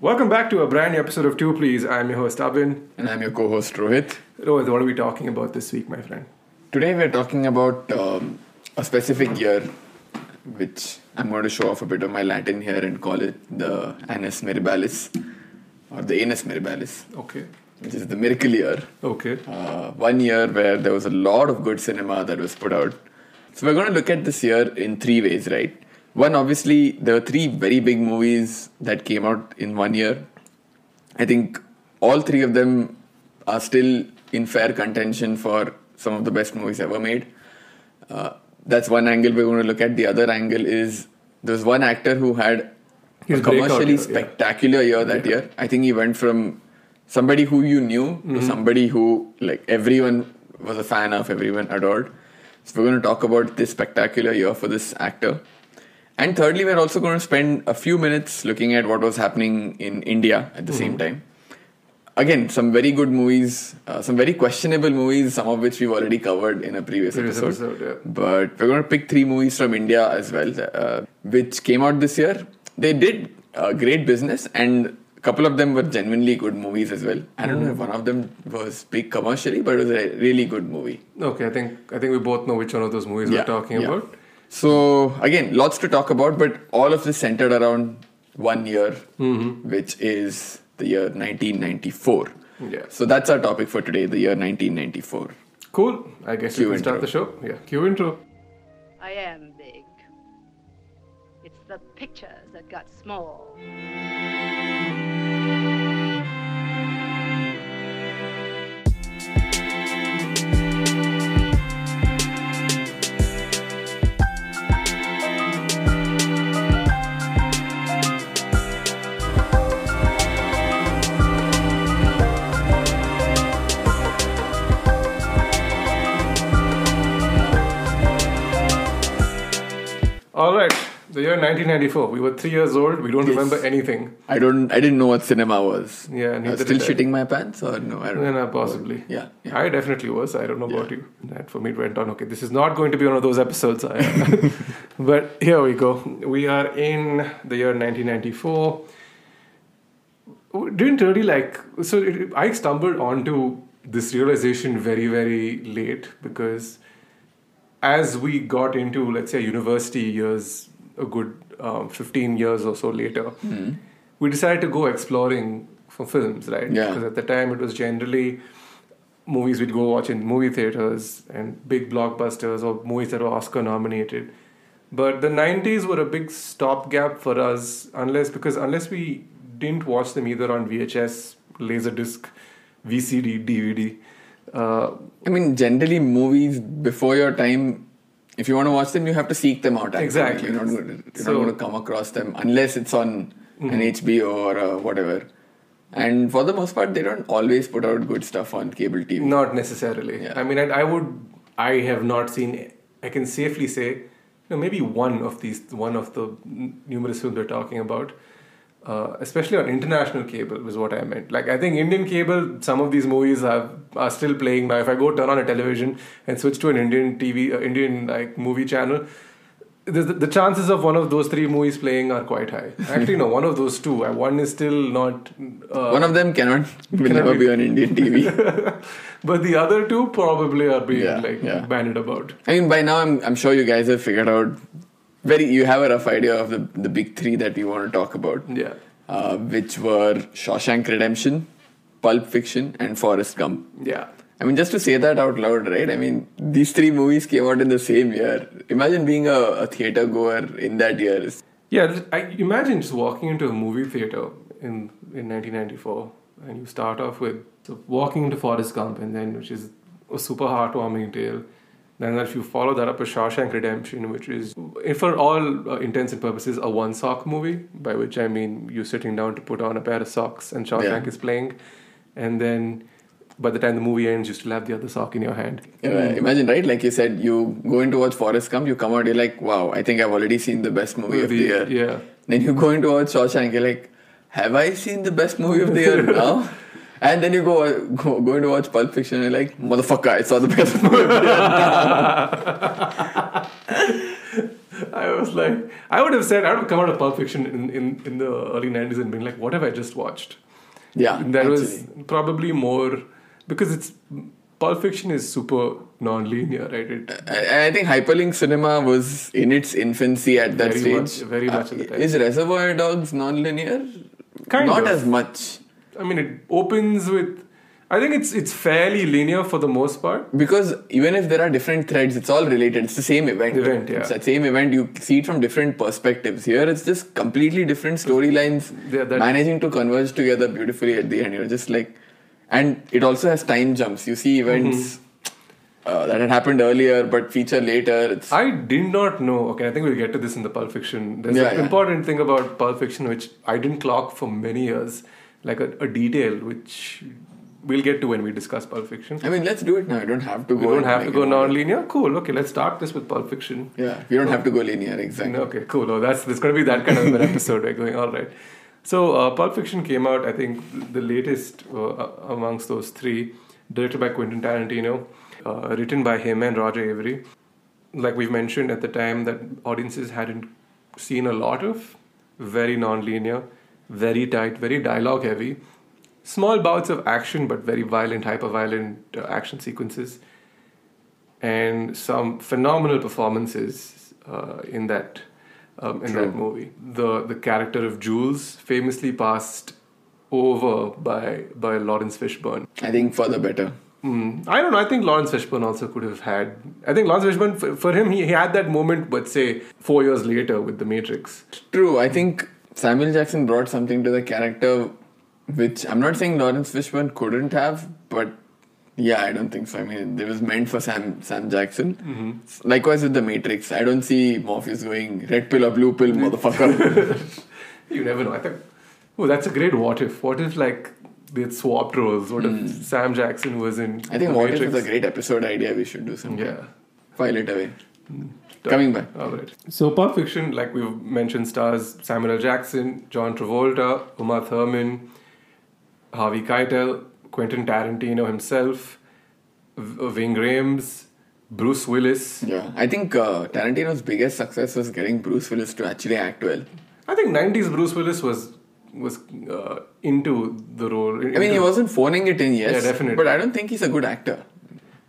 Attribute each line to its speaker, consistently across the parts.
Speaker 1: Welcome back to a brand new episode of Two Please. I'm your host Abin.
Speaker 2: And I'm your co host Rohit.
Speaker 1: Rohit, what are we talking about this week, my friend?
Speaker 2: Today we're talking about um, a specific year, which I'm going to show off a bit of my Latin here and call it the Annus Mirabilis, or the Annus Mirabilis,
Speaker 1: Okay.
Speaker 2: which is the miracle year.
Speaker 1: Okay.
Speaker 2: Uh, one year where there was a lot of good cinema that was put out. So we're going to look at this year in three ways, right? One, obviously, there were three very big movies that came out in one year. I think all three of them are still in fair contention for some of the best movies ever made. Uh, that's one angle we're going to look at. The other angle is there's one actor who had
Speaker 1: His
Speaker 2: a commercially
Speaker 1: breakout year, yeah.
Speaker 2: spectacular year that year. I think he went from somebody who you knew to
Speaker 1: Mm-hmm.
Speaker 2: somebody who like everyone was a fan of, everyone adored. So we're going to talk about this spectacular year for this actor. And thirdly, we're also going to spend a few minutes looking at what was happening in India at the
Speaker 1: Mm-hmm.
Speaker 2: same time. Again, some very good movies, uh, some very questionable movies, some of which we've already covered in a previous,
Speaker 1: Previous
Speaker 2: episode.
Speaker 1: episode, yeah.
Speaker 2: But we're going to pick three movies from India as well, uh, which came out this year. They did uh, great business, and a couple of them were genuinely good movies as well. I don't know
Speaker 1: Hmm.
Speaker 2: if one of them was big commercially, but it was a really good movie.
Speaker 1: Okay, I think I think we both know which one of those movies we're
Speaker 2: Yeah,
Speaker 1: talking
Speaker 2: yeah.
Speaker 1: about.
Speaker 2: So again, lots to talk about, but all of this centered around one year,
Speaker 1: Mm-hmm.
Speaker 2: which is the year 1994.
Speaker 1: Yeah.
Speaker 2: So that's our topic for today, the year 1994.
Speaker 1: Cool. I guess we
Speaker 2: Cue
Speaker 1: can start the show. Yeah. Cue intro.
Speaker 3: I am big. It's the pictures that got small.
Speaker 1: All right. The year 1994. We were three years old. We don't
Speaker 2: Yes.
Speaker 1: remember anything.
Speaker 2: I don't, I didn't know what cinema was.
Speaker 1: Yeah,
Speaker 2: I was
Speaker 1: neither
Speaker 2: still
Speaker 1: did I.
Speaker 2: shitting my pants, or no, I don't.
Speaker 1: No,
Speaker 2: know.
Speaker 1: no, possibly.
Speaker 2: Yeah, yeah.
Speaker 1: I definitely was. I don't know about
Speaker 2: Yeah.
Speaker 1: you. That for me it went on. Okay, this is not going to be one of those episodes. I- but here we go. We are in the year 1994. Didn't really like. So it, I stumbled onto this realization very, very late because as we got into, let's say, university years, a good um, 15 years or so later, we decided to go exploring for films, right?
Speaker 2: Yeah.
Speaker 1: Because at the time it was generally movies we'd go watch in movie theaters and big blockbusters or movies that were Oscar nominated. But the 90s were a big stopgap for us, unless because unless we didn't watch them either on VHS, Laserdisc, VCD, DVD. Uh,
Speaker 2: I mean, generally, movies before your time, if you want to watch them, you have to seek them out. actually.
Speaker 1: Exactly.
Speaker 2: You're not going to,
Speaker 1: So-
Speaker 2: come across them unless it's on an HBO or uh, whatever. And for the most part, they don't always put out good stuff on cable TV.
Speaker 1: Not necessarily.
Speaker 2: Yeah.
Speaker 1: I mean, I, I would. I have not seen. I can safely say, you know, maybe one of these, one of the n- numerous films we're talking about, uh, especially on international cable, was what I meant. Like, I think Indian cable, some of these movies have are still playing now. If I go turn on a television and switch to an Indian TV, uh, Indian like movie channel. The, the the chances of one of those three movies playing are quite high. Actually, no, one of those two. Uh, One is still not. Uh,
Speaker 2: One of them cannot will never be on Indian TV.
Speaker 1: but the other two probably are being
Speaker 2: Yeah,
Speaker 1: like
Speaker 2: yeah.
Speaker 1: banded about.
Speaker 2: I mean, by now I'm I'm sure you guys have figured out very you have a rough idea of the the big three that we want to talk about,
Speaker 1: Yeah.
Speaker 2: uh, which were Shawshank Redemption, Pulp Fiction, and Forrest Gump.
Speaker 1: Yeah.
Speaker 2: I mean, just to say that out loud, right? I mean, these three movies came out in the same year. Imagine being a, a theater goer in that year.
Speaker 1: Yeah, th- I imagine just walking into a movie theater in in 1994 and you start off with so walking into Forrest Gump and then which is a super heartwarming tale. Then if you follow that up with Shawshank Redemption, which is if for all uh, intents and purposes a one sock movie, by which I mean you're sitting down to put on a pair of socks and Shawshank
Speaker 2: Yeah.
Speaker 1: is playing, and then by the time the movie ends, you still have the other sock in your hand.
Speaker 2: Uh, Imagine, right? Like you said, you go in to watch Forrest Gump, you come out, you're like, wow, I think I've already seen the best movie of the uh, year.
Speaker 1: Yeah.
Speaker 2: Then you go into watch Shawshank, you're like, have I seen the best movie of the year now? And then you go, go go into watch Pulp Fiction, and you're like, motherfucker, I saw the best movie. of the year."
Speaker 1: I was like, I would have said, I would have come out of Pulp Fiction in, in, in the early 90s and been like, what have I just watched?
Speaker 2: Yeah,
Speaker 1: And that was
Speaker 2: actually.
Speaker 1: probably more because it's Pulp Fiction is super non-linear, right? It,
Speaker 2: I, I think hyperlink cinema was in its infancy at that
Speaker 1: Very much-
Speaker 2: stage. Uh,
Speaker 1: very much at the time.
Speaker 2: Is Reservoir Dogs non-linear?
Speaker 1: Kind
Speaker 2: Not
Speaker 1: of.
Speaker 2: as much
Speaker 1: I mean, it opens with. I think it's it's fairly linear for the most part.
Speaker 2: because even if there are different threads, it's all related. It's the same event.
Speaker 1: Event, yeah.
Speaker 2: It's that same event. You see it from different perspectives. Here, it's just completely different storylines
Speaker 1: Yeah, that-
Speaker 2: managing to converge together beautifully at the end. You're just like, and it also has time jumps. You see events. Uh, that had happened earlier, but feature later. It's
Speaker 1: Mm-hmm. I did not know. Okay, I think we'll get to this in the Pulp Fiction. There's
Speaker 2: Yeah,
Speaker 1: an
Speaker 2: yeah.
Speaker 1: important thing about Pulp Fiction which I didn't clock for many years, like a, a detail which we'll get to when we discuss Pulp Fiction.
Speaker 2: I mean, let's do it now. You don't have to go.
Speaker 1: We don't
Speaker 2: and
Speaker 1: have
Speaker 2: make
Speaker 1: to
Speaker 2: it
Speaker 1: go
Speaker 2: more.
Speaker 1: non-linear. Cool. Okay, let's start this with Pulp Fiction.
Speaker 2: Yeah, we don't have to go linear exactly.
Speaker 1: Okay, cool. Oh, that's there's going to be that kind of an episode. We're going all right. So, uh, Pulp Fiction came out. I think the latest uh, amongst those three, directed by Quentin Tarantino, uh, written by him and Roger Avery. Like we've mentioned at the time, that audiences hadn't seen a lot of. Very non-linear, very tight, very dialogue heavy. Small bouts of action, but very violent, hyper-violent uh, action sequences and some phenomenal performances uh, in that um, in that movie. The the character of Jules famously passed over by by Lawrence Fishburne.
Speaker 2: I think for the better.
Speaker 1: Mm. I don't know. I think Lawrence Fishburne also could have had. I think Lawrence Fishburne for, for him he, he had that moment, but say four years later with The Matrix.
Speaker 2: True, I think Samuel Jackson brought something to the character, which I'm not saying Lawrence Fishburne couldn't have, but yeah, I don't think so. I mean, it was meant for Sam Sam Jackson.
Speaker 1: Mm-hmm.
Speaker 2: Likewise with the Matrix, I don't see Morpheus going red pill or blue pill, motherfucker.
Speaker 1: You never know. I think. Oh, that's a great what if. What if like they had swapped roles? What if Sam Jackson was in
Speaker 2: Hmm. I think
Speaker 1: The
Speaker 2: what if
Speaker 1: Matrix?
Speaker 2: is a great episode idea. We should do something.
Speaker 1: yeah. Mm-hmm.
Speaker 2: File it away. Coming back.
Speaker 1: All right. So, Pulp Fiction, like we've mentioned, stars Samuel L. Jackson, John Travolta, Uma Thurman, Harvey Keitel, Quentin Tarantino himself, v- Ving Rhames, Bruce Willis.
Speaker 2: Yeah, I think uh, Tarantino's biggest success was getting Bruce Willis to actually act well.
Speaker 1: I think '90s Bruce Willis was was uh, into the role.
Speaker 2: I mean, he
Speaker 1: into-
Speaker 2: wasn't phoning it in, yes.
Speaker 1: Yeah, definitely.
Speaker 2: But I don't think he's a good actor.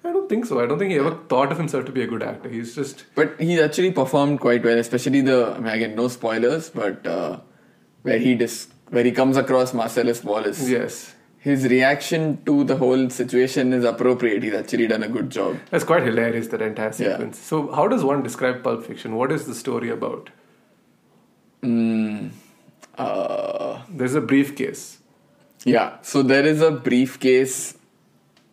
Speaker 1: I don't think so. I don't think he ever thought of himself to be a good actor. He's just
Speaker 2: But he actually performed quite well, especially the. I mean, again, no spoilers, but uh, where he dis- where he comes across Marcellus Wallace.
Speaker 1: yes.
Speaker 2: His reaction to the whole situation is appropriate. He's actually done a good job.
Speaker 1: That's quite hilarious. That entire
Speaker 2: Yeah.
Speaker 1: sequence. So, how does one describe Pulp Fiction? What is the story about?
Speaker 2: Mm, uh,
Speaker 1: There's a briefcase.
Speaker 2: yeah. So there is a briefcase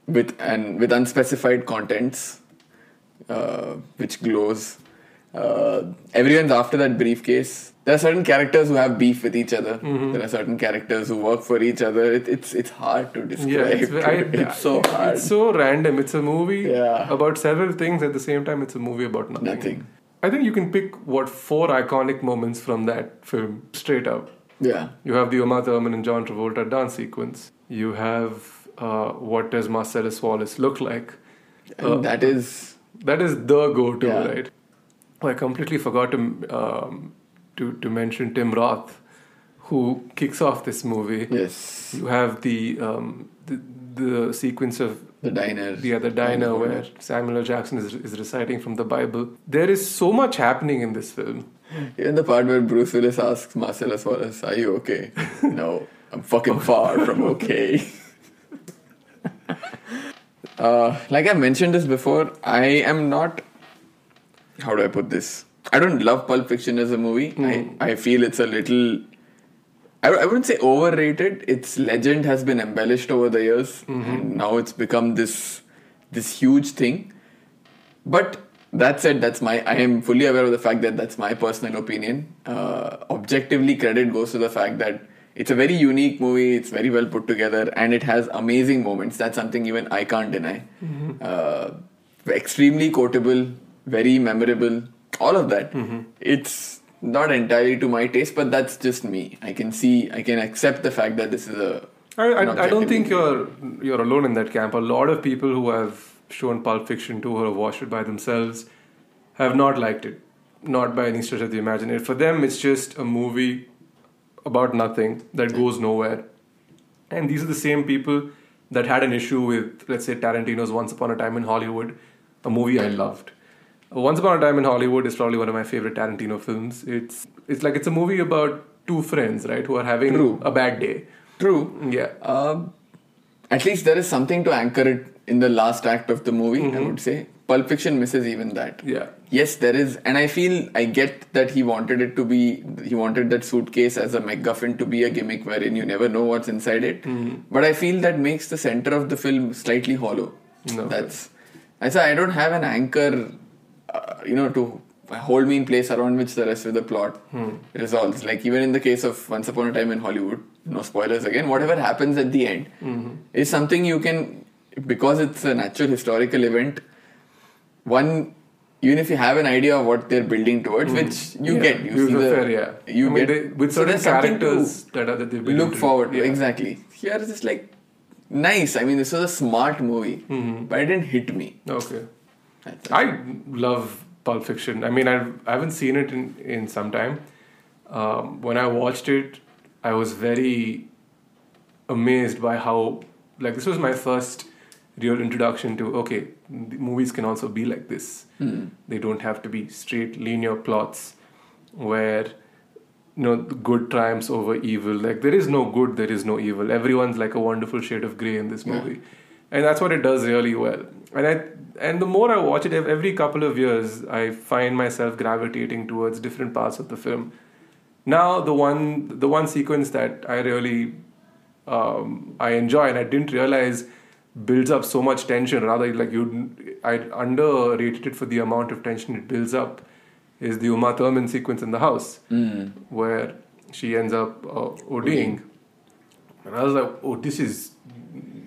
Speaker 2: with and with unspecified contents, uh, which glows. Uh, everyone's after that briefcase. There are certain characters who have beef with each other.
Speaker 1: Mm-hmm.
Speaker 2: There are certain characters who work for each other. It, it's it's hard to describe.
Speaker 1: Yeah, it's,
Speaker 2: it's,
Speaker 1: ve- I,
Speaker 2: so hard.
Speaker 1: It's so random. It's a movie
Speaker 2: Yeah.
Speaker 1: about several things at the same time. It's a movie about nothing.
Speaker 2: Nothing.
Speaker 1: I think you can pick what four iconic moments from that film straight up.
Speaker 2: yeah,
Speaker 1: You have the Uma Thurman and John Travolta dance sequence. You have uh, what does Marcellus Wallace look like?
Speaker 2: and
Speaker 1: Uh,
Speaker 2: that is
Speaker 1: That is the go-to,
Speaker 2: Yeah.
Speaker 1: right? I completely forgot to um, to to mention Tim Roth, who kicks off this movie.
Speaker 2: yes
Speaker 1: You have the, um, the the sequence of
Speaker 2: the diner.
Speaker 1: the other diner where Samuel L. Jackson is, is reciting from the Bible. There is so much happening in this film.
Speaker 2: Even the part where Bruce Willis asks Marcellus Wallace, "Are you okay?" no, I'm fucking far from okay. uh, like I mentioned this before, I am not. How do I put this? I don't love Pulp Fiction as a movie. I, I feel it's a little. I, I wouldn't say overrated. Its legend has been embellished over the years, and now it's become this this huge thing. But that said, that's my. I am fully aware of the fact that that's my personal opinion. Uh, objectively, credit goes to the fact that it's a very unique movie. It's very well put together, and it has amazing moments. That's something even I can't deny.
Speaker 1: Mm-hmm.
Speaker 2: Uh, extremely quotable, very memorable, all of that.
Speaker 1: Mm-hmm.
Speaker 2: It's not entirely to my taste, but that's just me. I can see, I can accept the fact that this is a.
Speaker 1: I,
Speaker 2: an
Speaker 1: I, I don't
Speaker 2: objectively
Speaker 1: think you're you're alone in that camp. A lot of people who have shown Pulp Fiction to or have watched it by themselves have not liked it. not by any stretch of the imagination. For them, it's just a movie about nothing that goes nowhere. And these are the same people that had an issue with, let's say, Tarantino's Once Upon a Time in Hollywood, a movie I loved. Once Upon a Time in Hollywood is probably one of my favorite Tarantino films. It's it's like it's a movie about two friends, right, who are having
Speaker 2: True.
Speaker 1: a bad day.
Speaker 2: True.
Speaker 1: Yeah.
Speaker 2: Um, at least there is something to anchor it in the last act of the movie. I would say Pulp Fiction misses even that.
Speaker 1: Yeah.
Speaker 2: Yes, there is, and I feel I get that he wanted it to be. He wanted that suitcase as a MacGuffin to be a gimmick wherein you never know what's inside it. But I feel that makes the center of the film slightly hollow.
Speaker 1: No.
Speaker 2: That's. I say I don't have an anchor, uh, you know, to hold me in place around which the rest of the plot resolves. Like even in the case of Once Upon a Time in Hollywood, no spoilers again. Whatever happens at the end is something you can, because it's an actual historical event. One, even if you have an idea of what they're building towards, which
Speaker 1: Mm.
Speaker 2: you
Speaker 1: Yeah.
Speaker 2: get, you
Speaker 1: Views
Speaker 2: see
Speaker 1: of
Speaker 2: the,
Speaker 1: Fair, yeah.
Speaker 2: you
Speaker 1: I mean,
Speaker 2: get
Speaker 1: they- with
Speaker 2: so
Speaker 1: certain
Speaker 2: there's something to-
Speaker 1: characters that are that they've
Speaker 2: we
Speaker 1: been
Speaker 2: look
Speaker 1: introduced.
Speaker 2: forward to
Speaker 1: Yeah.
Speaker 2: exactly here it's just like nice i mean this was a smart movie
Speaker 1: Mm-hmm.
Speaker 2: but it didn't hit me
Speaker 1: Okay.
Speaker 2: That's it.
Speaker 1: I love Pulp Fiction. I mean, I've, I haven't seen it in, in some time. Um, when I watched it, I was very amazed by how, like, this was my first real introduction to, okay, the movies can also be like this. They don't have to be straight linear plots where, you know, the good triumphs over evil. Like, there is no good, there is no evil. Everyone's like a wonderful shade of gray in this
Speaker 2: Yeah.
Speaker 1: movie and that's what it does really well. And I and the more I watch it, ev- every couple of years, I find myself gravitating towards different parts of the film. Now, the one the one sequence that I really um, I enjoy and I didn't realize builds up so much tension. Rather, like you, I underrated it for the amount of tension it builds up. Is the Uma Thurman sequence in the house where she ends up uh, ODing. And I was like, oh, this is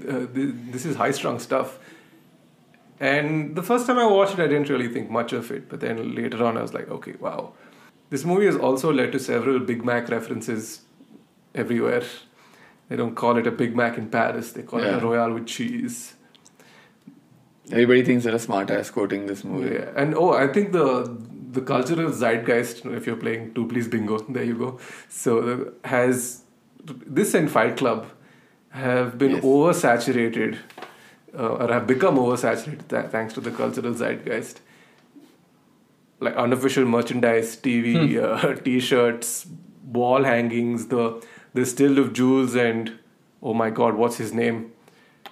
Speaker 1: uh, this, this is high strung stuff. And the first time I watched it, I didn't really think much of it. But then later on, I was like, okay, wow. This movie has also led to several Big Mac references everywhere. They don't call it a Big Mac in Paris, they call it
Speaker 2: Yeah.
Speaker 1: a Royale with cheese.
Speaker 2: everybody thinks they're a smart ass quoting this movie
Speaker 1: Yeah. And oh, I think the the cultural zeitgeist, if you're playing two please bingo, there you go. So uh, has this and Fight Club have been
Speaker 2: Yes.
Speaker 1: oversaturated uh, or have become oversaturated tha- thanks to the cultural zeitgeist. Like unofficial merchandise, TV, uh, T-shirts, wall hangings, the the still of Jules and oh my God, what's his name?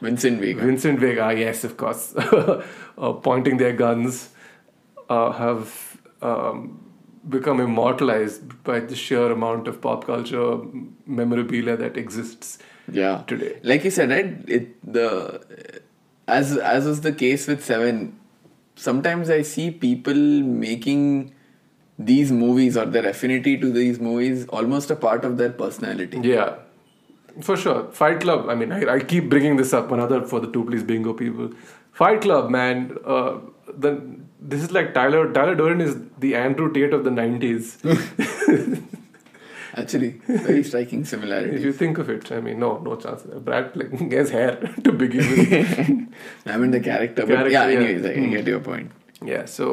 Speaker 2: vincent vega
Speaker 1: Vincent Vega, yes, of course, uh, pointing their guns, uh, have um, become immortalized by the sheer amount of pop culture memorabilia that exists
Speaker 2: yeah
Speaker 1: today.
Speaker 2: like you said right it the as as was the case with seven sometimes i see people making these movies or their affinity to these movies almost a part of their personality
Speaker 1: Yeah, for sure. Fight Club. I mean, I, I keep bringing this up. Another for the two please bingo people. Fight Club, man. Uh, the this is like Tyler. Tyler Durden is the Andrew Tate of the nineties.
Speaker 2: actually very striking similarity
Speaker 1: if you think of it, I mean, no, no chance. Brad Pitt has hair to begin with.
Speaker 2: I mean the character, but
Speaker 1: Character,
Speaker 2: yeah.
Speaker 1: yeah. Mm.
Speaker 2: Anyways, I get your point.
Speaker 1: yeah so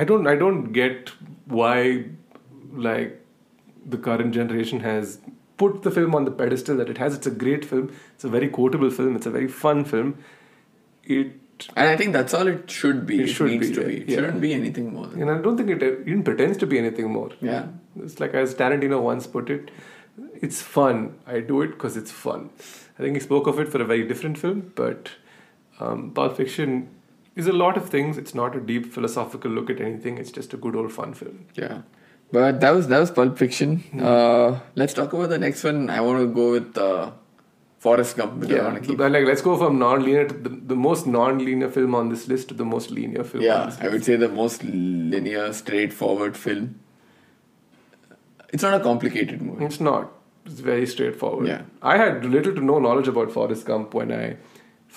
Speaker 1: i don't i don't get why like the current generation has put the film on the pedestal that it has it's a great film it's a very quotable film it's a very fun film it
Speaker 2: And I think that's all it should be.
Speaker 1: It
Speaker 2: It,
Speaker 1: should
Speaker 2: needs
Speaker 1: be,
Speaker 2: to
Speaker 1: yeah.
Speaker 2: be. It
Speaker 1: Yeah.
Speaker 2: shouldn't be anything more than.
Speaker 1: and i don't think it even pretends to be anything more
Speaker 2: Yeah.
Speaker 1: it's like as tarantino once put it it's fun i do it because it's fun i think he spoke of it for a very different film but um, pulp fiction is a lot of things it's not a deep philosophical look at anything it's just a good old fun film
Speaker 2: Yeah. But that was that was Pulp Fiction.
Speaker 1: Hmm.
Speaker 2: Uh, let's talk about the next one. I want to go with uh, Forrest Gump. because I
Speaker 1: Yeah,
Speaker 2: want to keep.
Speaker 1: but, like let's go from non-linear to the, the most non-linear film on this list to the most linear film. on
Speaker 2: yeah,
Speaker 1: this
Speaker 2: I would say the most linear, straightforward film. It's not a complicated movie.
Speaker 1: It's not. It's very straightforward.
Speaker 2: Yeah.
Speaker 1: I had little to no knowledge about Forrest Gump when I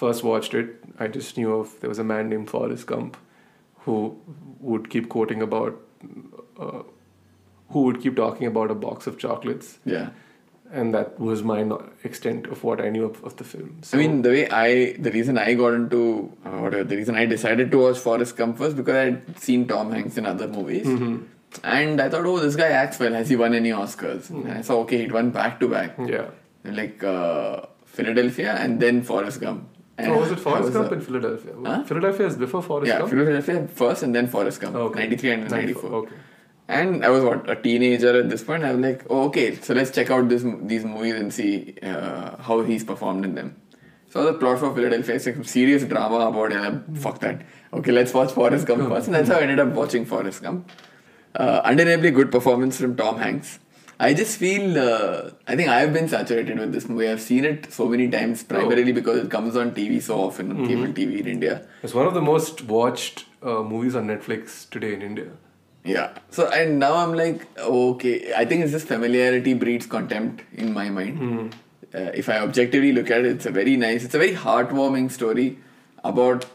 Speaker 1: first watched it. I just knew of there was a man named Forrest Gump who would keep quoting about, uh, who would keep talking about a box of chocolates,
Speaker 2: Yeah.
Speaker 1: and that was my no- extent of what I knew of, of the film. So,
Speaker 2: I mean, the way I, the reason I got into,
Speaker 1: Mm-hmm.
Speaker 2: uh, whatever, the reason I decided to watch Forrest Gump was because I'd seen Tom Hanks in other movies. And I thought, oh, this guy acts well. Has he won any Oscars?
Speaker 1: Hmm.
Speaker 2: And I saw, okay, it won back to back.
Speaker 1: Yeah.
Speaker 2: Like uh, Philadelphia and then Forrest Gump. And
Speaker 1: oh, was it
Speaker 2: I
Speaker 1: Forrest Gump
Speaker 2: uh,
Speaker 1: in Philadelphia?
Speaker 2: Huh?
Speaker 1: Philadelphia is before Forrest
Speaker 2: yeah,
Speaker 1: Gump?
Speaker 2: Philadelphia first and then Forrest Gump.
Speaker 1: Okay.
Speaker 2: 93 and 94.
Speaker 1: 94, Okay.
Speaker 2: And I was what a teenager at this point. I was like, oh, okay, so let's check out this these movies and see uh, how he's performed in them. So the plot for Philadelphia is like serious drama about it. and I- Fuck that. Okay, let's watch Forrest Gump first, and that's how I ended up watching Forrest Gump. Uh, undeniably good performance from Tom Hanks. I just feel uh, I think I've been saturated with this movie. I've seen it so many times, primarily because it comes on TV so often on cable TV in India.
Speaker 1: It's one of the most watched uh, movies on Netflix today in India.
Speaker 2: Yeah. So and now I'm like, okay. I think it's just familiarity breeds contempt in my mind. Uh, if I objectively look at it, it's a very nice, it's a very heartwarming story about.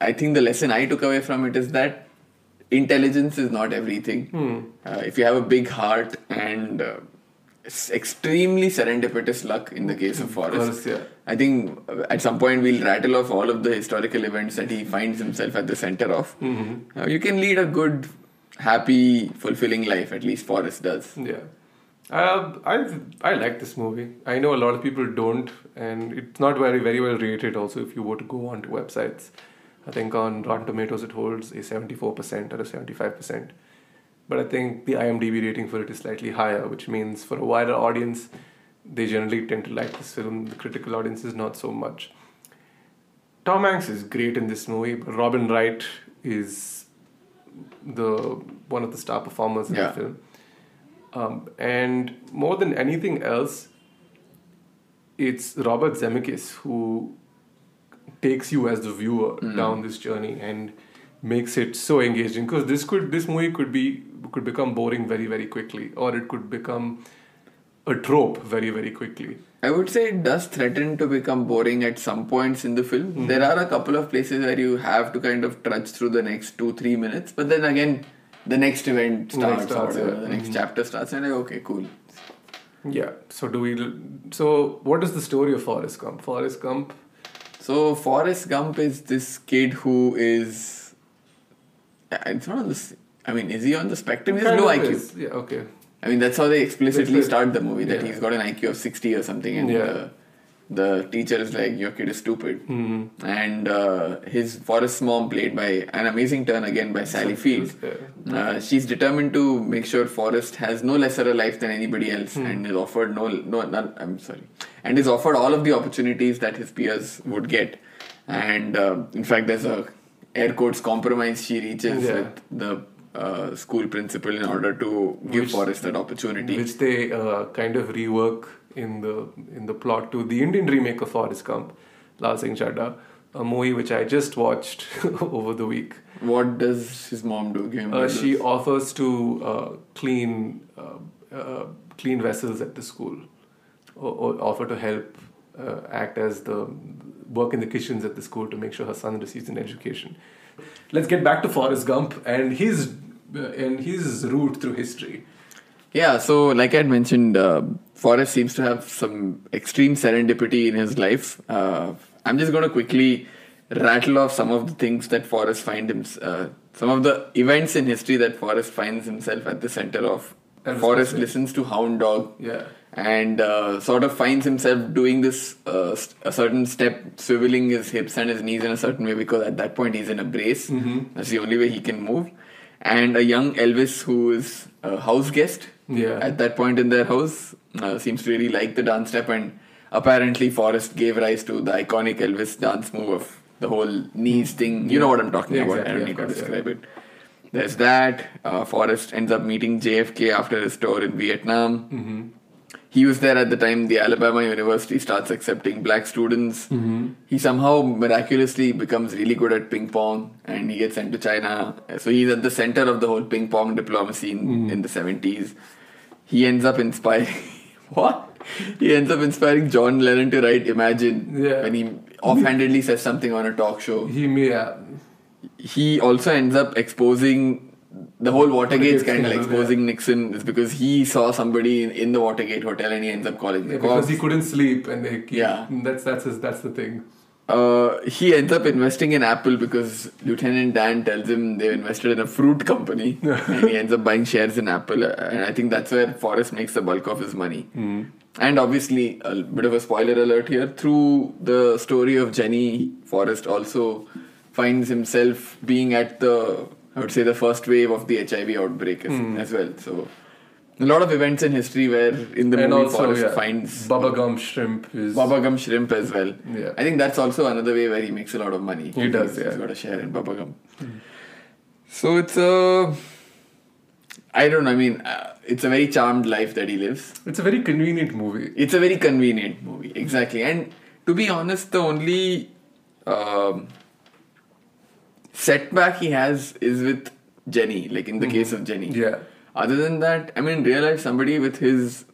Speaker 2: I think the lesson I took away from it is that intelligence is not everything. Uh, if you have a big heart and uh, s- extremely serendipitous luck in the case of Forrest,
Speaker 1: Forrest, yeah.
Speaker 2: I think uh, at some point we'll rattle off all of the historical events that he finds himself at the center of.
Speaker 1: Mm-hmm.
Speaker 2: Uh, you can lead a good, happy, fulfilling life, at least Forrest does.
Speaker 1: Yeah. Uh, I I like this movie. I know a lot of people don't, and it's not very very well rated. Also, if you were to go onto websites, I think on Rotten Tomatoes it holds a seventy four percent or a seventy five percent, but I think the IMDb rating for it is slightly higher, which means for a wider audience, they generally tend to like this film. The critical audience is not so much. Tom Hanks is great in this movie. But Robin Wright is the one of the star performers in
Speaker 2: Yeah.
Speaker 1: the film. Um, and more than anything else, it's Robert Zemeckis who takes you as the viewer down this journey and makes it so engaging. Because this could this movie could be could become boring very very quickly, or it could become a trope very very quickly.
Speaker 2: I would say it does threaten to become boring at some points in the film.
Speaker 1: Mm-hmm.
Speaker 2: There are a couple of places where you have to kind of trudge through the next two, three minutes, but then again, the next event
Speaker 1: The next
Speaker 2: starts, or
Speaker 1: starts,
Speaker 2: whatever,
Speaker 1: yeah. Mm-hmm.
Speaker 2: the next chapter starts, and you're like, okay, cool.
Speaker 1: Yeah. So do we? So what is the story of Forrest Gump? Forrest Gump.
Speaker 2: So Forrest Gump is this kid who is. It's not on this. I mean, is he on the spectrum? He has
Speaker 1: Kind
Speaker 2: low
Speaker 1: of
Speaker 2: IQ.
Speaker 1: is- Yeah. Okay.
Speaker 2: I mean, that's how they explicitly
Speaker 1: That's it.
Speaker 2: start the movie that
Speaker 1: Yeah.
Speaker 2: he's got an IQ of 60 or something, and
Speaker 1: Yeah.
Speaker 2: uh, the, teacher is like, Your kid is stupid. And uh, his Forrest's mom, played by an amazing turn again by Sally Field, uh, she's determined to make sure Forrest has no lesser a life than anybody else
Speaker 1: Hmm.
Speaker 2: and is offered no, no, none, I'm sorry, and is offered all of the opportunities that his peers would get. And uh, in fact, there's a air quotes compromise she reaches
Speaker 1: Yeah.
Speaker 2: with the uh, school principal in order to give
Speaker 1: Which-
Speaker 2: Forrest that opportunity.
Speaker 1: Which they uh, kind of rework in the in the plot to the Indian remake of Forrest Gump, Lal Singh Chadda, a movie which I just watched over the week.
Speaker 2: what does his mom do? Give him
Speaker 1: Uh,
Speaker 2: noodles?
Speaker 1: she offers to uh, clean uh, uh, clean vessels at the school, or, or offer to help uh, act as the work in the kitchens at the school to make sure her son receives an education. Let's get back to Forrest Gump and his uh, and his route through history.
Speaker 2: Yeah, so like I had mentioned, uh, Forrest seems to have some extreme serendipity in his life. Uh, I'm just going to quickly rattle off some of the things that Forrest finds himself, uh, some of the events in history that Forrest finds himself at the center of.
Speaker 1: Elvis
Speaker 2: Forrest
Speaker 1: Presley.
Speaker 2: listens to Hound Dog
Speaker 1: Yeah.
Speaker 2: and uh, sort of finds himself doing this uh, st- a certain step, swiveling his hips and his knees in a certain way because at that point he's in a brace.
Speaker 1: Mm-hmm.
Speaker 2: That's the only way he can move. And a young Elvis who is a house guest
Speaker 1: Yeah.
Speaker 2: at that point in their house uh, seems to really like the dance step and apparently Forrest gave rise to the iconic Elvis dance move of the whole knees thing. You know what I'm talking
Speaker 1: Yeah,
Speaker 2: about. I
Speaker 1: exactly,
Speaker 2: don't
Speaker 1: of
Speaker 2: need to
Speaker 1: course, yeah.
Speaker 2: describe it it. There's that. Uh, Forrest ends up meeting JFK after his tour in Vietnam.
Speaker 1: Mm-hmm.
Speaker 2: He was there at the time the Alabama University starts accepting black students. He somehow miraculously becomes really good at ping pong and he gets sent to China. So he's at the center of the whole ping pong diplomacy in, in the 70s. He ends up inspiring. what? He ends up inspiring John Lennon to write Imagine
Speaker 1: Yeah.
Speaker 2: when he offhandedly says something on a talk show
Speaker 1: He may. Uh,
Speaker 2: he also ends up exposing the whole Watergate
Speaker 1: Watergate
Speaker 2: scandal,
Speaker 1: scandal,
Speaker 2: exposing Nixon, is because he saw somebody in, in the Watergate hotel and he ends up calling the
Speaker 1: because
Speaker 2: cops.
Speaker 1: he couldn't sleep and they keep,
Speaker 2: Yeah.
Speaker 1: that's that's his, that's the thing
Speaker 2: uh, he ends up investing in Apple because Lieutenant Dan tells him they invested in a fruit company, and he ends up buying shares in Apple. uh, And I think that's where Forrest makes the bulk of his money.
Speaker 1: Hmm.
Speaker 2: And obviously, a l- bit of a spoiler alert here. Through the story of Jenny, Forrest also finds himself being at the, I would say, the first wave of the HIV outbreak as,
Speaker 1: Hmm.
Speaker 2: as well. So. A lot of events in history where in the
Speaker 1: and
Speaker 2: movie
Speaker 1: also,
Speaker 2: Forrest
Speaker 1: yeah,
Speaker 2: finds
Speaker 1: Baba Gum Shrimp is.
Speaker 2: Baba Gum Shrimp as well.
Speaker 1: Yeah.
Speaker 2: I think that's also another way where he makes a lot of money.
Speaker 1: He does,
Speaker 2: He's
Speaker 1: yeah.
Speaker 2: got a share in Baba Gum.
Speaker 1: Mm-hmm.
Speaker 2: So it's a. I don't know. I mean, uh, it's a very charmed life that he lives.
Speaker 1: It's a very convenient movie.
Speaker 2: It's a very convenient movie, exactly. And to be honest, the only um, setback he has is with Jenny, like in the case of Jenny.
Speaker 1: Mm-hmm. Yeah.
Speaker 2: Other than that, I mean, in real life, somebody with his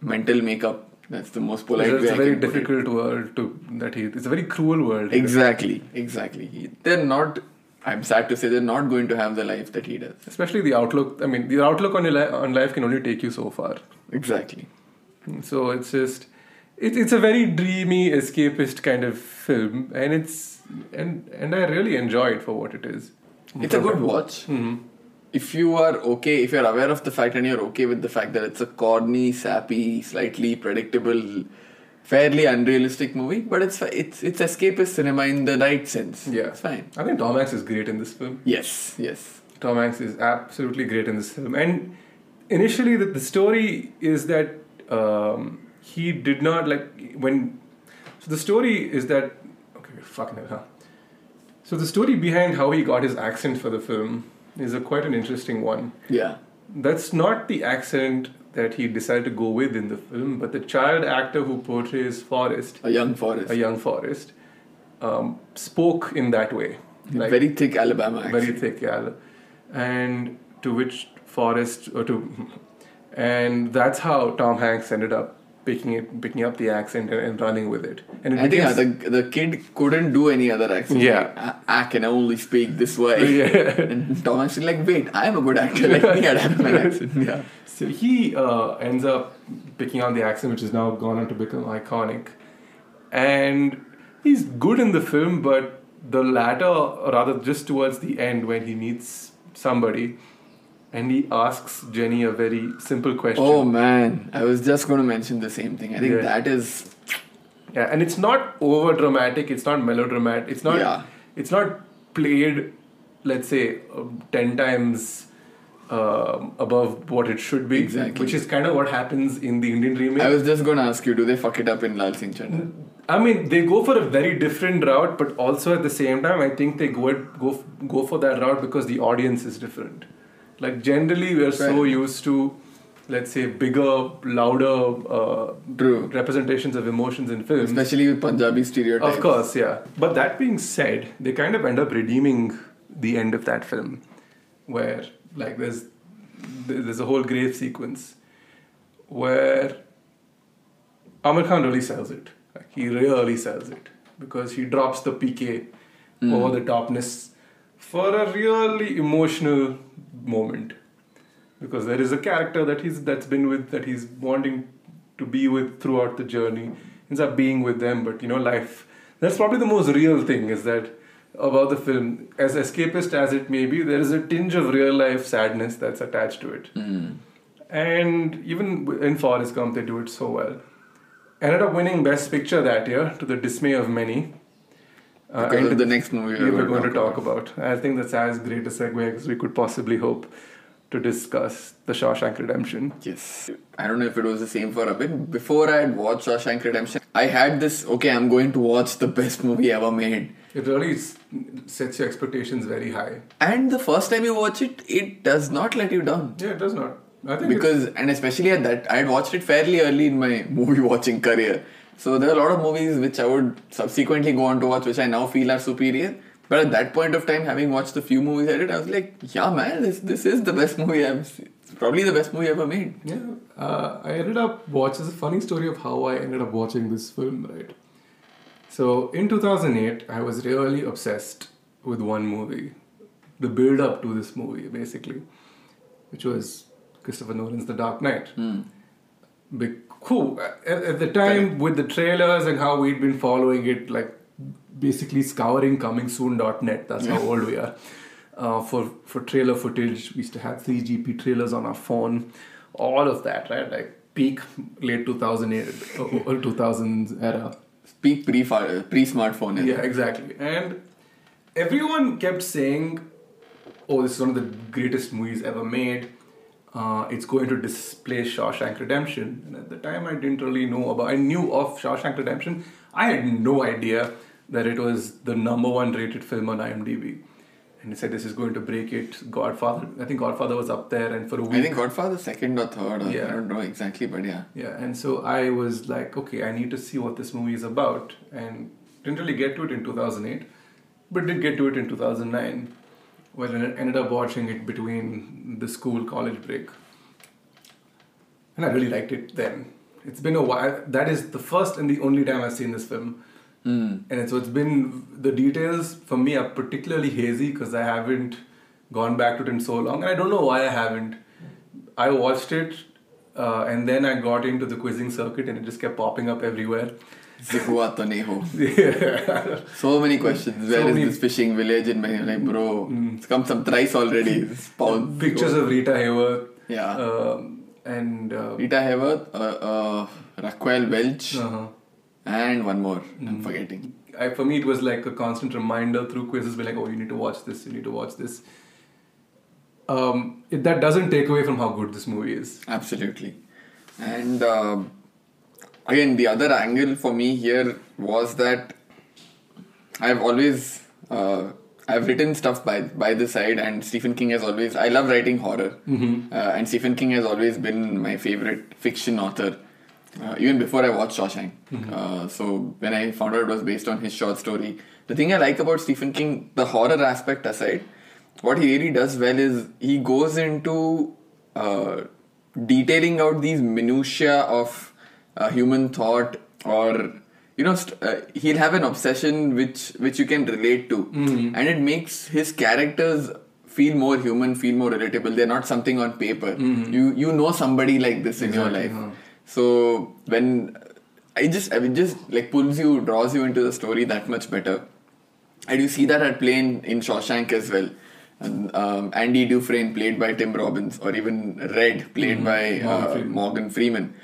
Speaker 2: mental makeup. That's the most polite way
Speaker 1: it's a
Speaker 2: I
Speaker 1: very
Speaker 2: can put it.
Speaker 1: difficult world to that he. It's a very cruel world.
Speaker 2: Exactly, exactly. They're not. I'm sad to say they're not going to have the life that he does.
Speaker 1: Especially the outlook. I mean, the outlook on your li- on life can only take you so far.
Speaker 2: Exactly.
Speaker 1: So it's just, it, it's a very dreamy escapist kind of film, and it's and and I really enjoy it for what it is.
Speaker 2: It's a good watch.
Speaker 1: Mm-hmm.
Speaker 2: If you are okay, if you're aware of the fact and you're okay with the fact that it's a corny, sappy, slightly predictable, fairly unrealistic movie, but it's fi- it's it's escapist cinema in the right sense.
Speaker 1: Yeah,
Speaker 2: it's fine.
Speaker 1: I think Tom Hanks is great in this film.
Speaker 2: Yes, yes.
Speaker 1: Tom Hanks is absolutely great in this film. And initially, the, the story is that um, he did not like when. So the story is that okay, fucking hell. Huh? So the story behind how he got his accent for the film is a quite an interesting one.
Speaker 2: Yeah.
Speaker 1: That's not the accent that he decided to go with in the film, but the child actor who portrays Forrest,
Speaker 2: A young forest.
Speaker 1: a young Forrest, um, spoke in that way. Like-
Speaker 2: very thick Alabama accent.
Speaker 1: very thick yeah and to which forest or to and that's how tom hanks ended up picking it picking up the accent and, and running with it and it
Speaker 2: I think
Speaker 1: became-
Speaker 2: uh, the, the kid couldn't do any other accent.
Speaker 1: Yeah.
Speaker 2: Like, "Ah, I, I can only speak this way.
Speaker 1: Yeah.
Speaker 2: And Tom Hanks is like, wait, I am a good actor. Let me adapt my accent. Yeah.
Speaker 1: so he uh, ends up picking on the accent which has now gone on to become iconic and he's good in the film but the latter or rather just towards the end when he meets somebody and he asks jenny a very simple question
Speaker 2: Oh man, I was just going to mention the same thing. I think
Speaker 1: Yeah.
Speaker 2: that is
Speaker 1: Yeah, and it's not over dramatic. It's not melodramatic. It's not.
Speaker 2: Yeah.
Speaker 1: It's not played, let's say, uh, ten times um above what it should be.
Speaker 2: Exactly.
Speaker 1: Which is kind of what happens in the Indian remake.
Speaker 2: I
Speaker 1: I,
Speaker 2: was just going to ask you, do they fuck it up in Lal Singh Chandra?
Speaker 1: mean, they go for a very different route, but also at the same time, I think they go it- go f- go for that route because the audience is different. Like generally, we are so
Speaker 2: Right.
Speaker 1: used to, let's say, bigger, louder uh,
Speaker 2: True.
Speaker 1: representations of emotions in films.
Speaker 2: Especially with Punjabi stereotypes.
Speaker 1: Of course, yeah. But that being said, they kind of end up redeeming the end of that film, where like there's there's a whole grave sequence where Amir Khan really sells it. Like, he really sells it because he drops the PK over the topness for a really emotional moment. Because there is a character that he's that's been with that he's wanting to be with throughout the journey, ends up being with them. But you know, life. That's probably the most real thing is that about the film, as escapist as it may be, there is a tinge of real life sadness that's attached to it. And even w- in Forrest Gump, they do it so well. Ended up winning Best Picture that year, to the dismay of many. Uh,
Speaker 2: Because
Speaker 1: and
Speaker 2: of the next movie
Speaker 1: we were going to talk about. I think that's as great a segue as we could possibly hope to discuss the Shawshank Redemption.
Speaker 2: Yes. I don't know if it was the same for a bit. Before I had watched Shawshank Redemption, I had this, okay, I'm going to watch the best movie ever made.
Speaker 1: It really s- sets your expectations very high.
Speaker 2: And the first time you watch it, it does not let you down.
Speaker 1: Yeah, it does not. I think because
Speaker 2: Because, and especially at that, I had watched it fairly early in my movie watching career. So there are a lot of movies which I would subsequently go on to watch, which I now feel are superior. But at that point of time, having watched the few movies I did, I was like, yeah, man, this, this is the best movie I've seen. It's probably the best movie ever made.
Speaker 1: Yeah, uh, I ended up watch. It's a funny story of how I ended up watching this film, right? So in 2008, I was really obsessed with one movie, the build up to this movie, basically, which was Christopher Nolan's The Dark Knight. Bec- who, at, at the time, with the trailers and how we'd been following it, like basically scouring comingsoon.net. That's how old we are. Uh, for for trailer footage, we used to have 3GP trailers on our phone. All of that, right? Like peak late uh, 2008 or 2000s era.
Speaker 2: Peak pre pre smartphone era.
Speaker 1: Yeah, exactly. And everyone kept saying, "Oh, this is one of the greatest movies ever made. Uh, it's going to displace Shawshank Redemption." And at the time, I didn't really know about. I knew of Shawshank Redemption. I had no idea that it was the number one rated film on IMDb. And it said this is going to break it. Godfather. I think Godfather was up there, and for a week.
Speaker 2: I think Godfather second or third. Or I
Speaker 1: Yeah.
Speaker 2: don't know exactly, but yeah.
Speaker 1: Yeah, and so I was like, okay, I need to see what this movie is about, and didn't really get to it in 2008, but did get to it in 2009, where I ended up watching it between the school college break, and I really liked it then. It's been a while. That is the first and the only time I've seen this film, and so it's been the details for me are particularly hazy because I haven't gone back to it in so long, and I don't know why I haven't. I watched it, uh, and then I got into the quizzing circuit, and it just kept popping up everywhere.
Speaker 2: Se hua to nahi ho.
Speaker 1: yeah.
Speaker 2: So many questions. Where is
Speaker 1: many- Mm.
Speaker 2: this fishing village? And I'm like, bro, it's come some thrice already. It's pound.
Speaker 1: Pictures of Rita Hayworth.
Speaker 2: Yeah.
Speaker 1: Um, and uh,
Speaker 2: Rita Hayworth, uh, uh, Raquel Welch,
Speaker 1: uh-huh.
Speaker 2: and one more. I'm forgetting.
Speaker 1: I, for me, it was like a constant reminder through quizzes, be like, oh, you need to watch this, you need to watch this. Um, it, that doesn't take away from how good this movie is.
Speaker 2: Absolutely. And um again, the other angle for me here was that I've always uh, I've written stuff by by the side, and Stephen King has always I love writing horror, uh, and Stephen King has always been my favorite fiction author. Uh, even before I watched Shawshank, uh, so when I found out it was based on his short story, the thing I like about Stephen King, the horror aspect aside, what he really does well is he goes into uh, detailing out these minutia of uh, human thought or you know st- uh, he'll have an obsession which which you can relate to and it makes his characters feel more human feel more relatable they're not something on paper you you know somebody like this in your life so when i just i mean just like pulls you draws you into the story that much better and you see that at play in, in Shawshank as well. And, um, Andy Dufresne played by Tim Robbins, or even Red played by uh, Morgan,
Speaker 1: Morgan
Speaker 2: Freeman.
Speaker 1: Freeman.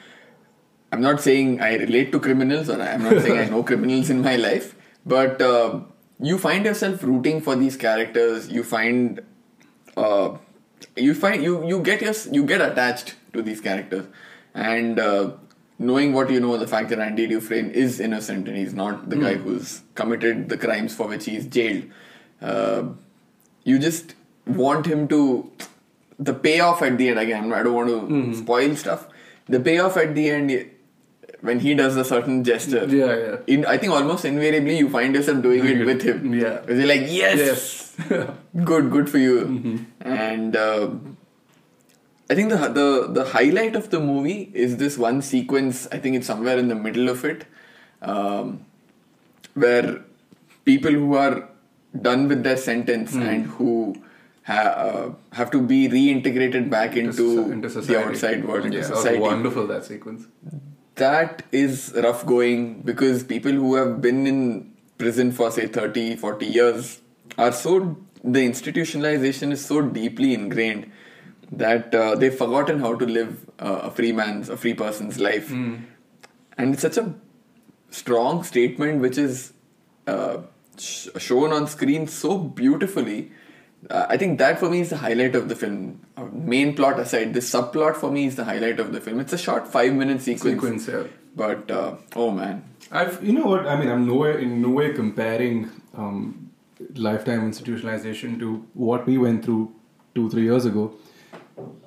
Speaker 2: I'm not saying I relate to criminals, or I'm not saying I know criminals in my life, but uh, you find yourself rooting for these characters. You find uh, you find you you get your, you get attached to these characters, and uh, knowing what you know, the fact that Andy Dufresne is innocent and he's not the guy who's committed the crimes for which he's jailed, uh, you just want him to the payoff at the end. Again, I don't want to
Speaker 1: Mm-hmm.
Speaker 2: spoil stuff. The payoff at the end. When he does a certain gesture,
Speaker 1: Yeah, yeah.
Speaker 2: In, I think almost invariably you find yourself doing it
Speaker 1: it.
Speaker 2: with him.
Speaker 1: Yeah.
Speaker 2: you're like,
Speaker 1: Yes.
Speaker 2: good good for you and uh, i think the, the the highlight of the movie is this one sequence i think it's somewhere in the middle of it um, where people who are done with their sentence and who ha- uh, have to be reintegrated back into,
Speaker 1: into
Speaker 2: the outside world into
Speaker 1: Yeah, that was
Speaker 2: society
Speaker 1: wonderful that sequence.
Speaker 2: that is rough going because people who have been in prison for say 30 40 years are so the institutionalization is so deeply ingrained that uh, they've forgotten how to live uh, a free man's a free person's life and it's such a strong statement which is uh, sh- shown on screen so beautifully uh, i think that for me is the highlight of the film Uh, main plot aside the subplot for me is the highlight of the film it's a short five minute sequence,
Speaker 1: Sequence, yeah.
Speaker 2: but uh, oh man
Speaker 1: I've you know what I mean. I'm nowhere in no way comparing um, lifetime institutionalization to what we went through two three years ago.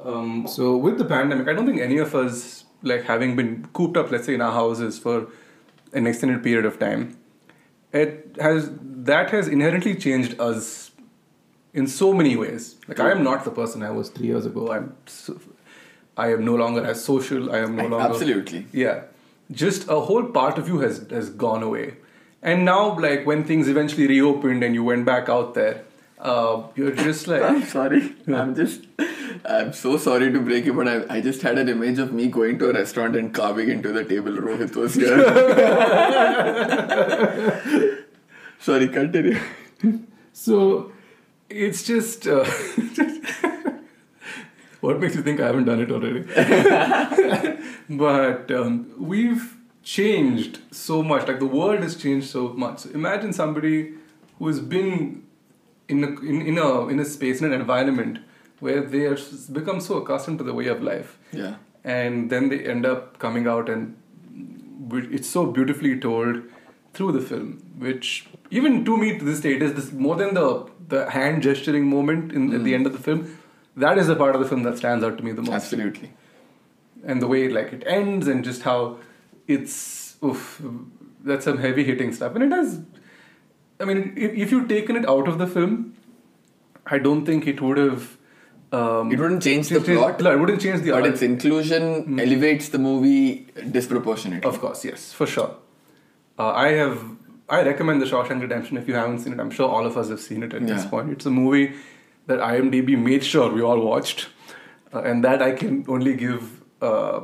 Speaker 1: Um, so with the pandemic, I don't think any of us like having been cooped up, let's say in our houses for an extended period of time. It has that has inherently changed us in so many ways. Like I am not the person I was three years ago. I'm so, I am no longer as social. I am no longer
Speaker 2: absolutely
Speaker 1: yeah just a whole part of you has has gone away and now like when things eventually reopened and you went back out there uh, you're just
Speaker 2: I'm
Speaker 1: like
Speaker 2: sorry. I'm just. I'm so sorry to break you, but I, I just had an image of me going to a restaurant and carving into the table. Rohit was here. Sorry, continue.
Speaker 1: So it's just uh, what makes you think I haven't done it already? but um, we've changed so much. Like the world has changed so much. So imagine somebody who has been in a, in, in a in a space in an environment where they are s- become so accustomed to the way of life
Speaker 2: Yeah.
Speaker 1: and then they end up coming out and wi- it's so beautifully told through the film which even to me to this day it is this more than the the hand gesturing moment in at the end of the film that is the part of the film that stands out to me the most
Speaker 2: Hmm. Absolutely.
Speaker 1: and the way like it ends and just how it's oof that's some heavy hitting stuff and it has i mean if, if you'd taken it out of the film i don't think it would have um,
Speaker 2: It wouldn't change the
Speaker 1: changed-
Speaker 2: plot,
Speaker 1: no, it wouldn't change the
Speaker 2: but
Speaker 1: art.
Speaker 2: its inclusion elevates the movie disproportionately.
Speaker 1: Hmm. Of course, yes, for sure. Uh, I have. I recommend The Shawshank Redemption if you haven't seen it. I'm sure all of us have seen it at this
Speaker 2: Yeah.
Speaker 1: point. It's a movie that IMDb made sure we all watched, uh, and that I can only give uh,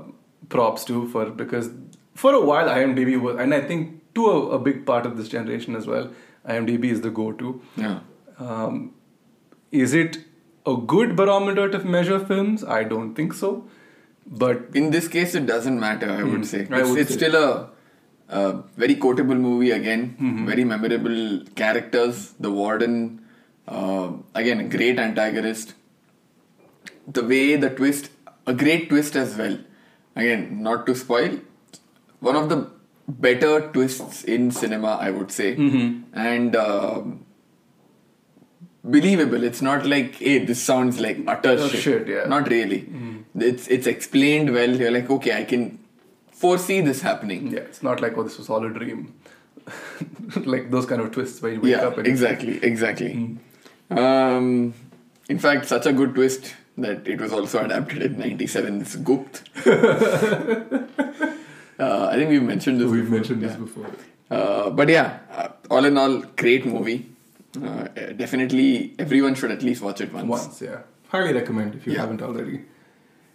Speaker 1: props to for because for a while IMDb was, and I think to a, a big part of this generation as well, IMDb is the go-to.
Speaker 2: Yeah.
Speaker 1: Um, is it a good barometer to measure films? I don't think so, but
Speaker 2: In this case, it doesn't matter. I would say
Speaker 1: Hmm. I
Speaker 2: it's,
Speaker 1: would
Speaker 2: it's
Speaker 1: say.
Speaker 2: still a, a very quotable movie. Again,
Speaker 1: Mm-hmm.
Speaker 2: very memorable characters. The warden, uh, again, a great antagonist. The way the twist, a great twist as well. Again, not to spoil, one of the better twists in cinema, I would say,
Speaker 1: Mm-hmm.
Speaker 2: and. Um, Believable. It's not like, hey, this sounds like utter
Speaker 1: Oh,
Speaker 2: shit.
Speaker 1: shit, yeah.
Speaker 2: Not really.
Speaker 1: Hmm.
Speaker 2: It's it's explained well. You're like, okay, I can foresee this happening.
Speaker 1: Yeah, it's not like oh, this was all a dream. like those kind of twists where you wake
Speaker 2: Yeah,
Speaker 1: up and Hmm.
Speaker 2: exactly, exactly. Um, in fact, such a good twist that it was also adapted in '97. It's Gupt. uh, I think we've mentioned this.
Speaker 1: We've
Speaker 2: before.
Speaker 1: mentioned
Speaker 2: Yeah.
Speaker 1: this before.
Speaker 2: Uh, but yeah, uh, all in all, great movie. Uh, definitely, everyone should at least watch it once.
Speaker 1: Once, yeah. Highly recommend if you
Speaker 2: Yeah.
Speaker 1: haven't already.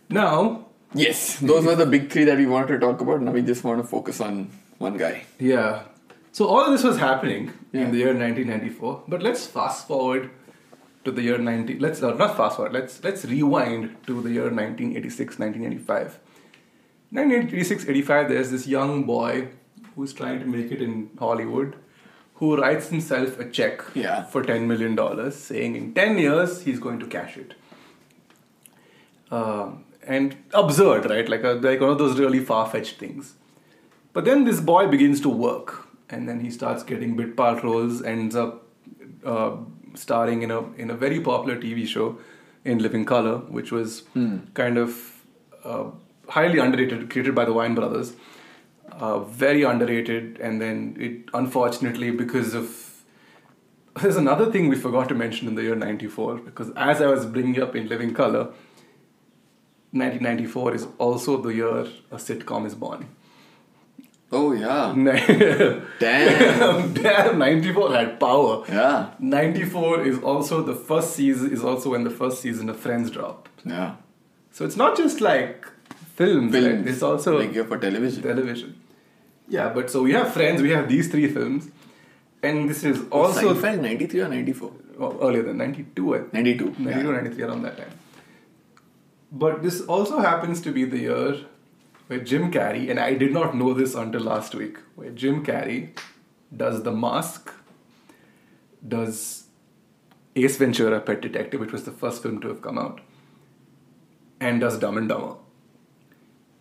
Speaker 1: Now,
Speaker 2: Yes, those were the big three that we wanted to talk about. Now we just want to focus on one guy.
Speaker 1: yeah. So all of this was happening
Speaker 2: Yeah.
Speaker 1: in the year 1994, but let's fast forward to the year 19 let's uh, not fast forward let's let's rewind to the year 1986 1985 1986 85 there's this young boy who's trying to make it in hollywood who writes himself a check
Speaker 2: Yeah.
Speaker 1: for 10 million dollars saying in 10 years he's going to cash it um, and absurd right like a, like one of those really far-fetched things but then this boy begins to work and then he starts getting bit part roles ends up uh, starring in a in a very popular TV show in Living Color, which was kind of uh, highly underrated, created by the Wine Brothers. Uh, very underrated, and then it unfortunately because of there's another thing we forgot to mention in the year '94 because as I was bringing up in Living Color, 1994 is also the year a sitcom is born.
Speaker 2: Oh yeah,
Speaker 1: Damn,
Speaker 2: damn.
Speaker 1: 94 had power.
Speaker 2: yeah,
Speaker 1: 94 is also the first season is also when the first season of friends dropped
Speaker 2: yeah.
Speaker 1: so it's not just like films,
Speaker 2: Films.
Speaker 1: right? it's also
Speaker 2: like uh, you're for television.
Speaker 1: television yeah but so we have friends we have these three films and this is also
Speaker 2: also Seinfeld 93 or 94
Speaker 1: oh, earlier than 92 I think.
Speaker 2: 92 yeah.
Speaker 1: 92 93 around that time but this also happens to be the year where jim carrey and i did not know this until last week where jim carrey does the mask does ace ventura pet detective which was the first film to have come out and does dumb and dumber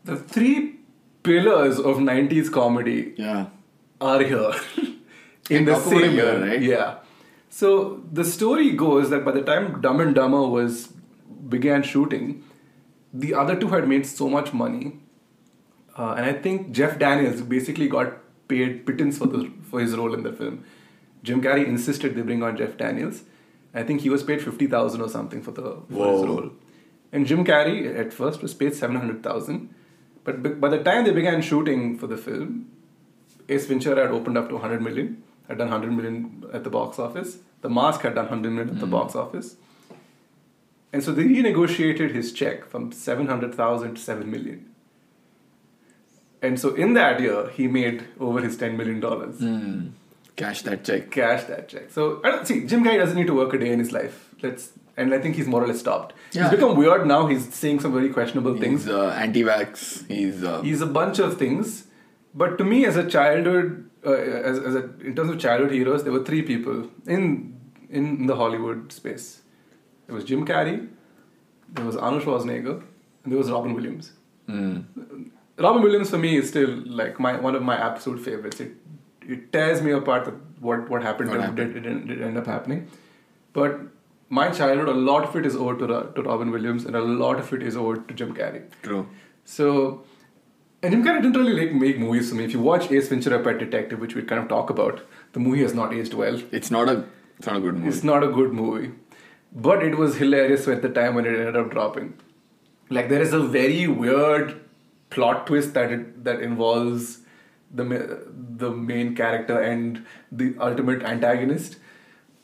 Speaker 1: the three pillars of 90s comedy
Speaker 2: yeah
Speaker 1: are here in
Speaker 2: And
Speaker 1: the
Speaker 2: talk about
Speaker 1: same
Speaker 2: it
Speaker 1: year,
Speaker 2: here, right?
Speaker 1: Yeah. So the story goes that by the time Dumb and Dumber was began shooting, the other two had made so much money, uh, and I think Jeff Daniels basically got paid pittance for the for his role in the film. Jim Carrey insisted they bring on Jeff Daniels. I think he was paid fifty thousand or something for the for his
Speaker 2: Whoa.
Speaker 1: role, and Jim Carrey at first was paid seven hundred thousand, but b- by the time they began shooting for the film, Ace Ventura had opened up to 100 million, had done 100 million at the box office. The Mask had done 100 million at the box office. And so they renegotiated his check from 700,000 to 7 million.
Speaker 2: Mm.
Speaker 1: And so in that year, he made over his $10 million.
Speaker 2: Hmm. Cash that check.
Speaker 1: cash that check. So I don't see Jim Guy doesn't need to work a day in his life. Let's and I think he's more or less stopped.
Speaker 2: Yeah.
Speaker 1: He's become weird now. He's saying some very questionable things.
Speaker 2: He's uh, anti-vax. He's uh,
Speaker 1: He's a bunch of things. But to me, as a childhood, uh, as, as a, in terms of childhood heroes, there were three people in in the Hollywood space. There was Jim Carrey, there was Arnold Schwarzenegger, and there was Robin Williams.
Speaker 2: hmm.
Speaker 1: Robin Williams for me is still like my one of my absolute favorites. It it tears me apart that what what happened,
Speaker 2: What
Speaker 1: and
Speaker 2: happened.
Speaker 1: Did, did, did end up happening. But my childhood, a lot of it is owed to, Ro- to Robin Williams, and a lot of it is owed to Jim Carrey.
Speaker 2: true.
Speaker 1: So, and Jim Carrey didn't really like make movies for me. If you watch Ace Ventura: Pet Detective, which we kind of talk about, the movie has not aged well.
Speaker 2: It's not a. It's not a good movie.
Speaker 1: It's not a good movie, but it was hilarious at the time when it ended up dropping. Like there is a very weird plot twist that it, that involves the ma- the main character and the ultimate antagonist.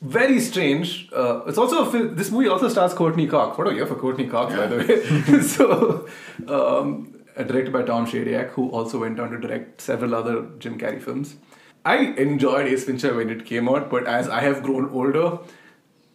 Speaker 1: Very strange. Uh, it's also a fil- this movie also stars Courtney Cox. What a year for Courtney Cox, by the way. so. Um, uh, Directed by Tom Shadyac, who also went on to direct several other Jim Carrey films. I enjoyed Ace Ventura when it came out, but as I have grown older,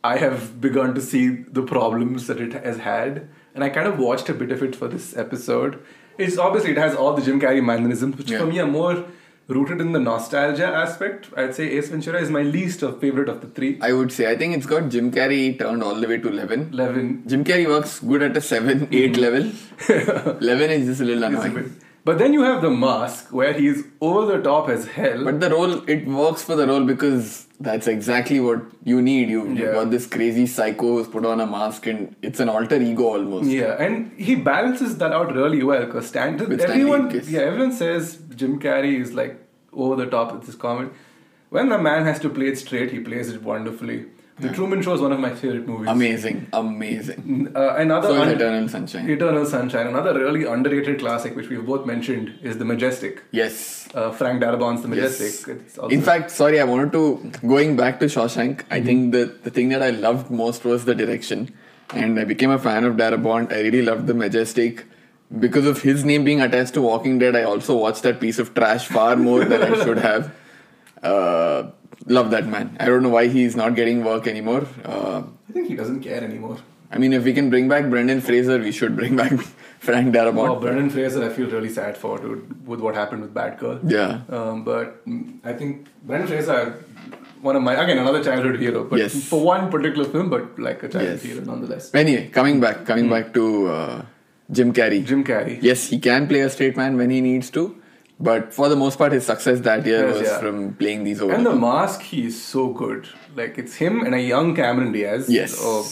Speaker 1: I have begun to see the problems that it has had, and I kind of watched a bit of it for this episode. It's obviously it has all the Jim Carrey mannerisms, which for
Speaker 2: Yeah.
Speaker 1: me are more rooted in the nostalgia aspect. I'd say Ace Ventura is my least of favorite of the three.
Speaker 2: I would say. I think it's got Jim Carrey turned all the way to eleven.
Speaker 1: Eleven
Speaker 2: Jim Carrey works good at a seven, eight level. eleven is just a little
Speaker 1: is Mm-hmm. a
Speaker 2: annoying.
Speaker 1: bit, but then you have the mask where he's over the top as hell.
Speaker 2: But the role, it works for the role because that's exactly what you need. You, you
Speaker 1: Yeah.
Speaker 2: got this crazy psycho who's put on a mask and it's an alter ego almost.
Speaker 1: Yeah, and he balances that out really well because Stanton.
Speaker 2: With Stan Lee,
Speaker 1: everyone,
Speaker 2: yes.
Speaker 1: yeah, everyone says Jim Carrey is like over the top with his comedy. When the man has to play it straight, he plays it wonderfully. The Truman Show is one of my favorite movies.
Speaker 2: Amazing, amazing.
Speaker 1: Uh, another
Speaker 2: So is
Speaker 1: un-
Speaker 2: Eternal Sunshine.
Speaker 1: Eternal Sunshine. Another really underrated classic, which we've both mentioned, is The Majestic.
Speaker 2: Yes.
Speaker 1: Uh, Frank Darabont's The
Speaker 2: Yes.
Speaker 1: Majestic. It's also-
Speaker 2: In fact, sorry, I wanted to going back to Shawshank. I think the the thing that I loved most was the direction, and I became a fan of Darabont. I really loved the majestic because of his name being attached to Walking Dead. I also watched that piece of trash far more than I should have. Uh, love that man. I don't know why he's not getting work anymore. Uh,
Speaker 1: I think he doesn't care anymore.
Speaker 2: I mean, if we can bring back Brendan Fraser, we should bring back Frank Darabont.
Speaker 1: Oh, Brendan Fraser, I feel really sad for dude with what happened with Bad Girl.
Speaker 2: Yeah.
Speaker 1: Um, but mm, I think Brendan Fraser, one of my again another childhood hero, but
Speaker 2: Yes.
Speaker 1: for one particular film, but like a childhood
Speaker 2: Yes.
Speaker 1: hero nonetheless.
Speaker 2: Anyway, coming back, coming back to uh, Jim Carrey.
Speaker 1: Jim Carrey.
Speaker 2: Yes, he can play a straight man when he needs to, but for the most part, his success that year
Speaker 1: Yes,
Speaker 2: was
Speaker 1: yeah.
Speaker 2: from playing these over.
Speaker 1: And the mask, he is so good. Like it's him and a young Cameron Diaz,
Speaker 2: Yes.
Speaker 1: oh,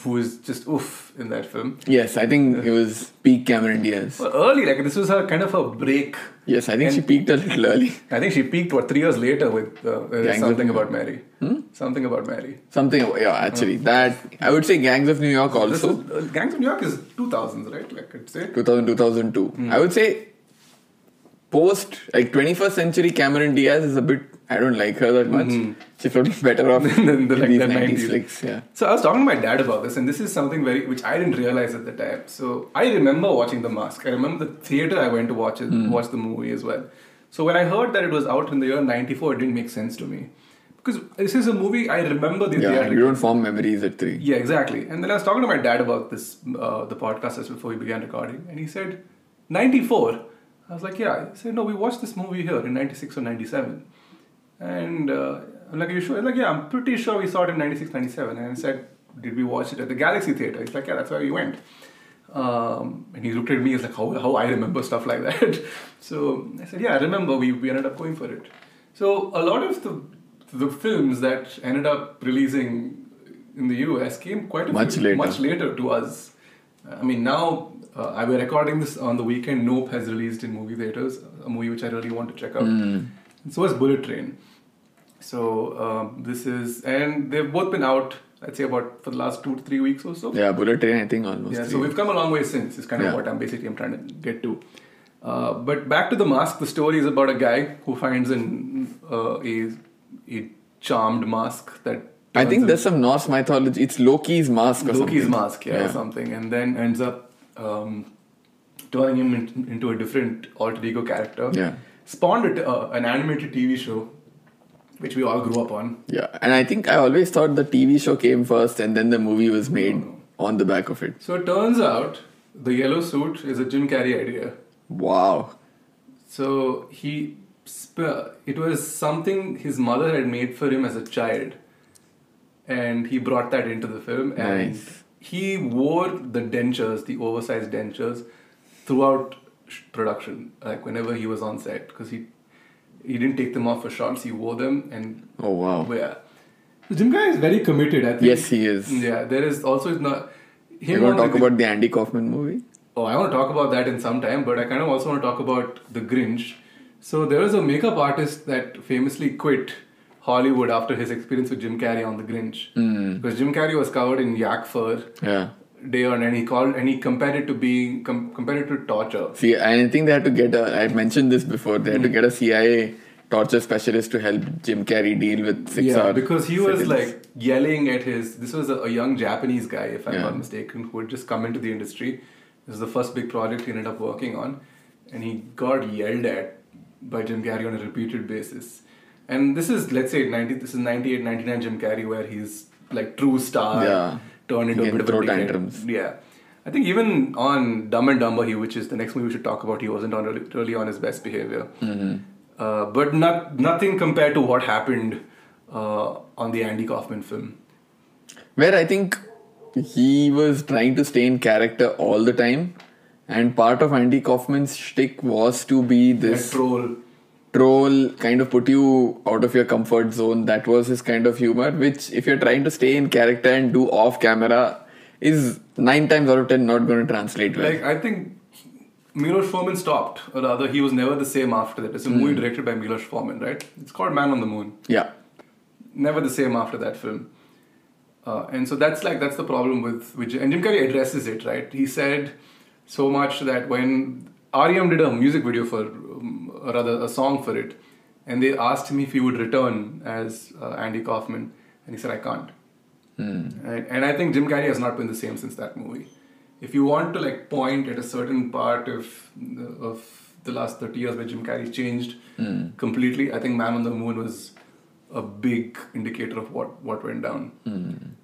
Speaker 1: who is just oof in that film.
Speaker 2: yes, I think it was peak Cameron Diaz.
Speaker 1: But early, like this was her kind of a break.
Speaker 2: Yes, I think she peaked a little early.
Speaker 1: I think she peaked what three years later with uh, uh,
Speaker 2: Gangs of
Speaker 1: something
Speaker 2: New Hmm?
Speaker 1: about Mary. Something about Mary.
Speaker 2: Something, yeah, actually, that I would say Gangs of New York
Speaker 1: Mm. This
Speaker 2: also
Speaker 1: is, uh, Gangs of New York is two thousands, right? Like I'd say.
Speaker 2: 2000 2002.
Speaker 1: Mm.
Speaker 2: I would say post like 21st century Cameron Diaz is a bit. I don't like her that much. She's probably better off
Speaker 1: Mm-hmm. Than the-
Speaker 2: in
Speaker 1: like
Speaker 2: these
Speaker 1: the
Speaker 2: 90s
Speaker 1: 90s.
Speaker 2: flicks, Yeah.
Speaker 1: So I was talking to my dad about this, and this is something very which I didn't realize at the time. So I remember watching The Mask. I remember the theater I went to watch it, watch the movie as well. So when I heard that it was out in the year '94, it didn't make sense to me because this is a movie I remember the
Speaker 2: Yeah,
Speaker 1: theater.
Speaker 2: you don't form memories at three.
Speaker 1: Yeah, exactly. And then I was talking to my dad about this, uh, the podcast just before we began recording, and he said, 94. I was like, yeah. He said, no, we watched this movie here in 96 or 97. And uh, I'm like, are you sure? He's like, yeah, I'm pretty sure we saw it in 96, 97. And I said, did we watch it at the Galaxy Theater? He's like, yeah, that's where we went. Um, and he looked at me, he's like, how, how I remember stuff like that. so I said, yeah, I remember, we, we ended up going for it. So a lot of the, the films that ended up releasing in the US came quite a
Speaker 2: Much
Speaker 1: few-
Speaker 2: later.
Speaker 1: much later to us. I mean, now uh, I were recording this on the weekend. Nope has released in movie theaters, a movie which I really want to check out.
Speaker 2: Hmm.
Speaker 1: And so is Bullet Train. So um, this is, and they've both been out. I'd say about for the last two to three weeks or so.
Speaker 2: Yeah, bullet train. I think almost.
Speaker 1: Yeah, so
Speaker 2: three.
Speaker 1: we've come a long way since. Is kind of
Speaker 2: Yeah.
Speaker 1: what I'm basically I'm trying to get to. Uh, but back to the mask. The story is about a guy who finds an uh, a, a charmed mask that
Speaker 2: I
Speaker 1: turns
Speaker 2: think there's some Norse mythology. It's Loki's mask or
Speaker 1: Loki's
Speaker 2: something.
Speaker 1: mask, yeah, or something, and then ends up um, turning him in, into a different alter ego character.
Speaker 2: Yeah.
Speaker 1: Spawned a t- uh, an animated TV show
Speaker 4: which we all grew up on.
Speaker 2: Yeah, and I think I always thought the TV show came first and then the movie was made
Speaker 1: Oh.
Speaker 2: on the back of it.
Speaker 1: So it turns out the yellow suit is a Jim Carrey idea.
Speaker 2: Wow.
Speaker 1: So he, sp- it was something his mother had made for him as a child, and he brought that into the film. And
Speaker 2: Nice.
Speaker 1: he wore the dentures, the oversized dentures, throughout sh- production. Like whenever he was on set, because he, he didn't take them off for shots. He wore them, and
Speaker 2: Oh, wow.
Speaker 1: yeah, Jim Carrey is very committed. I think.
Speaker 2: Yes, he is.
Speaker 1: Yeah, there is also it's not.
Speaker 2: We're
Speaker 1: Him
Speaker 2: going to
Speaker 1: on
Speaker 2: talk
Speaker 1: the-
Speaker 2: about the Andy Kaufman movie.
Speaker 1: Oh, I want to talk about that in some time, but I kind of also want to talk about The Grinch. So there was a makeup artist that famously quit Hollywood after his experience with Jim Carrey on The Grinch, because Jim Carrey was covered in yak fur
Speaker 2: Yeah.
Speaker 1: day on, and he called and he compared it to being com- compared it to torture.
Speaker 2: See, I think they had to get a. I mentioned this before. They had
Speaker 1: Hmm.
Speaker 2: to get a CIA torture specialist to help Jim Carrey deal with six
Speaker 1: yeah,
Speaker 2: hours.
Speaker 1: because he was like yelling at his. This was a, a young Japanese guy, if I'm
Speaker 2: Yeah.
Speaker 1: not mistaken, who had just come into the industry. This was the first big project he ended up working on, and he got yelled at by Jim Carrey on a repeated basis. And this is let's say 90. This is 98, 99 Jim Carrey, where he's like true star,
Speaker 2: Yeah.
Speaker 1: turned into
Speaker 2: He
Speaker 1: a
Speaker 2: can
Speaker 1: bit of a
Speaker 2: throw
Speaker 1: dickhead.
Speaker 2: tantrums.
Speaker 1: Yeah. I think even on Dumb and Dumber, he, which is the next movie we should talk about, he wasn't on really, really on his best behavior.
Speaker 2: Mm-hmm.
Speaker 1: Uh, but not nothing compared to what happened uh, on the Andy Kaufman film.
Speaker 2: where I think he was trying to stay in character all the time, and part of Andy Kaufman's shtick was to be
Speaker 1: That
Speaker 2: this
Speaker 1: troll.
Speaker 2: troll, kind of put you out of your comfort zone. That was his kind of humor, which if you're trying to stay in character and do off camera, is nine times out of ten not going to translate well.
Speaker 1: Like I think Milos Forman stopped, or rather, he was never the same after that. It's a
Speaker 2: Mm-hmm.
Speaker 1: movie directed by Milos Forman, right? It's called Man on the Moon.
Speaker 2: yeah,
Speaker 1: never the same after that film. Uh, and so that's like that's the problem with which and Jim Carrey addresses it right. He said so much that when REM did a music video for um, or rather a song for it, and they asked him if he would return as uh, Andy Kaufman, and he said I can't. And, and I think Jim Carrey has not been the same since that movie. If you want to like point at a certain part of of the last thirty years where Jim Carrey changed completely, I think Man on the Moon was a big indicator of what what went down.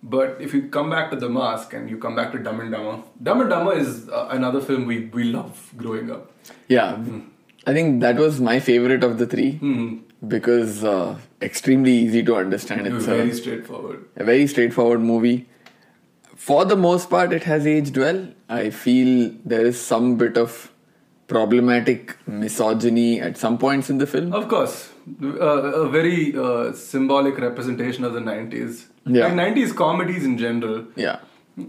Speaker 1: But if you come back to The Mask and you come back to Dumb and Dumber, Dumb and Dumber is uh, another film we we love growing up.
Speaker 2: yeah.
Speaker 1: Hmm.
Speaker 2: I think that was my favorite of the three because uh, extremely easy to understand.
Speaker 1: It was
Speaker 2: a-
Speaker 1: very straightforward.
Speaker 2: a very straightforward movie. For the most part, it has aged well. I feel there is some bit of problematic misogyny at some points in the film.
Speaker 1: Of course, uh, a very uh, symbolic representation of the 90s.
Speaker 2: Yeah.
Speaker 1: And 90s comedies in general
Speaker 2: Yeah,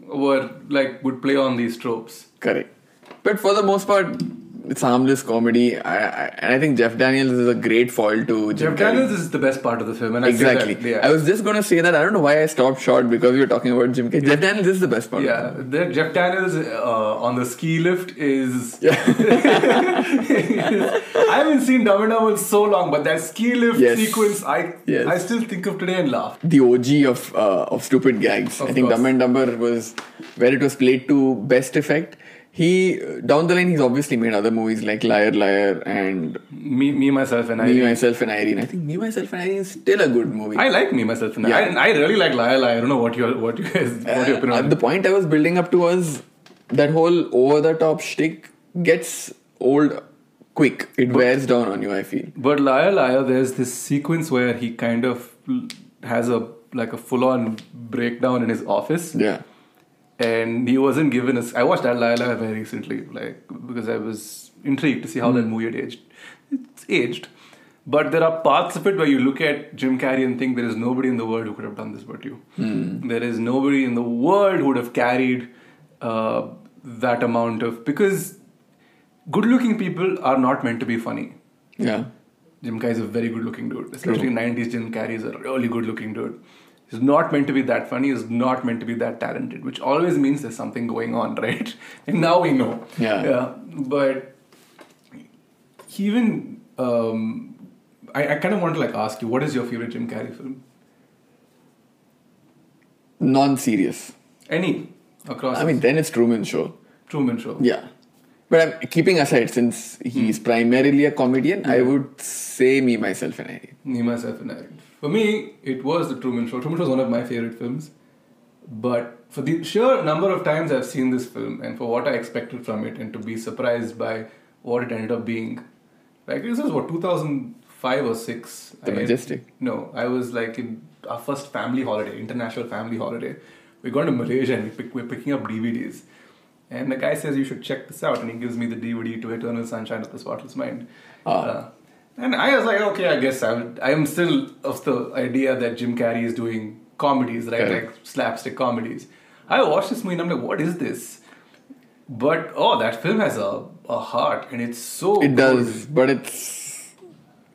Speaker 1: were like would play on these tropes.
Speaker 2: correct. But for the most part, it's harmless comedy. I, I, and I think Jeff Daniels is a great foil to Jim
Speaker 1: Jeff
Speaker 2: Carrey.
Speaker 1: Daniels is the best part of the film, and I say that,
Speaker 2: Exactly.
Speaker 1: yeah.
Speaker 2: I was just going to say that. I don't know why I stopped short because we were talking about Jim Carrey. Jeff Daniels is the best part.
Speaker 1: yeah, the Jeff Daniels uh, on the ski lift is. I haven't seen Dumb and Dumber in so long, but that ski lift
Speaker 2: Yes.
Speaker 1: sequence, I
Speaker 2: Yes.
Speaker 1: I still think of today and laugh.
Speaker 2: the OG of uh, of stupid gags.
Speaker 1: Of
Speaker 2: I think
Speaker 1: course.
Speaker 2: Dumb and Dumber was where it was played to best effect. He uh, down the line, he's obviously made other movies like Liar Liar and
Speaker 1: Me, me myself, and
Speaker 2: Me
Speaker 1: I.
Speaker 2: Myself and Irene. I think Me Myself and Irene is still a good movie.
Speaker 1: I like me myself, and I.
Speaker 2: Yeah.
Speaker 1: And I really like Liar Liar. I don't know what your what you guys what your opinion.
Speaker 2: Uh,
Speaker 1: on
Speaker 2: the point I was building up to was that whole over the top shtick gets old quick. It wears down on you. I feel.
Speaker 1: But Liar Liar, there's this sequence where he kind of l- has a like a full-on breakdown in his office,
Speaker 2: Yeah.
Speaker 1: and he wasn't given a. s- I watched that Liar Liar very recently, like because I was intrigued to see how that movie had aged. It's aged, but there are parts of it where you look at Jim Carrey and think there is nobody in the world who could have done this but you. There is nobody in the world who would have carried uh, that amount of because good-looking people are not meant to be funny.
Speaker 2: Yeah.
Speaker 1: Jim Carrey is a very good looking dude. Especially in 90s, Jim Carrey is a really good looking dude. He's not meant to be that funny, he's not meant to be that talented, which always means there's something going on, right? And now we know.
Speaker 2: Yeah.
Speaker 1: Yeah. But he even um, I, I kind of want to like ask you, what is your favorite Jim Carrey film?
Speaker 2: Non serious.
Speaker 1: Any across
Speaker 2: I mean, then it's Truman Show.
Speaker 1: Truman Show.
Speaker 2: Yeah. But I'm keeping aside, since
Speaker 1: Hmm.
Speaker 2: he's primarily a comedian, I would say me, myself, and I.
Speaker 1: Me, myself, and I. For me, it was The Truman Show. Truman Show is one of my favorite films. But for the sheer number of times I've seen this film and for what I expected from it and to be surprised by what it ended up being. Like, this was what, 2005 or 6?
Speaker 2: The Majestic.
Speaker 1: No, I was like in our first family holiday, international family holiday. We're going to Malaysia and we pick, we're picking up DVDs. And the guy says, You should check this out. And he gives me the DVD to Eternal Sunshine of the Spotless Mind.
Speaker 2: Ah.
Speaker 1: Uh, and I was like, Okay, I guess I'm, I'm still of the idea that Jim Carrey is doing comedies, right?
Speaker 2: Correct.
Speaker 1: Like slapstick comedies. I watched this movie and I'm like, What is this? But oh, that film has a, a heart and it's so.
Speaker 2: It
Speaker 1: good.
Speaker 2: does, but it's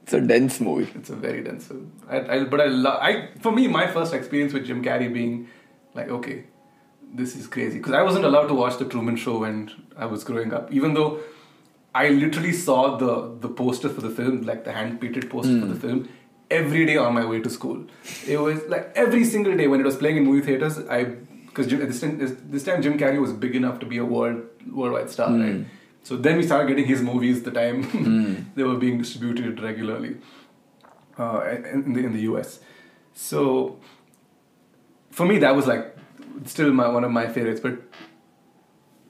Speaker 2: it's a dense movie.
Speaker 1: It's a very dense film. I, I, but I love. I for me, my first experience with Jim Carrey being like, okay, this is crazy because I wasn't allowed to watch the Truman Show when I was growing up, even though I literally saw the the poster for the film, like the hand painted poster for the film, every day on my way to school. It was like every single day when it was playing in movie theaters. I because this time this, this time Jim Carrey was big enough to be a world worldwide star, right? So then we started getting his movies the time they were being distributed regularly uh, in, the, in the US. So for me, that was like still my one of my favorites. But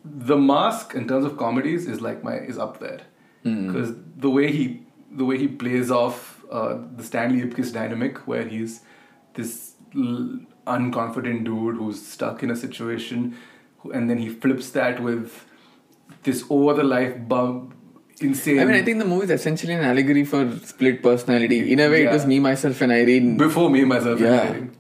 Speaker 1: The Mask, in terms of comedies, is like my is up there
Speaker 2: Mm.
Speaker 1: because the way he the way he plays off uh, the Stanley Ipkiss dynamic, where he's this l- unconfident dude who's stuck in a situation, who, and then he flips that with this over the life bump. Insane.
Speaker 2: I mean, I think the movie is essentially an allegory for split personality. In a way, it was
Speaker 1: Yeah.
Speaker 2: me, myself, and Irene.
Speaker 1: Before Me, Myself,
Speaker 2: Yeah.
Speaker 1: and Irene.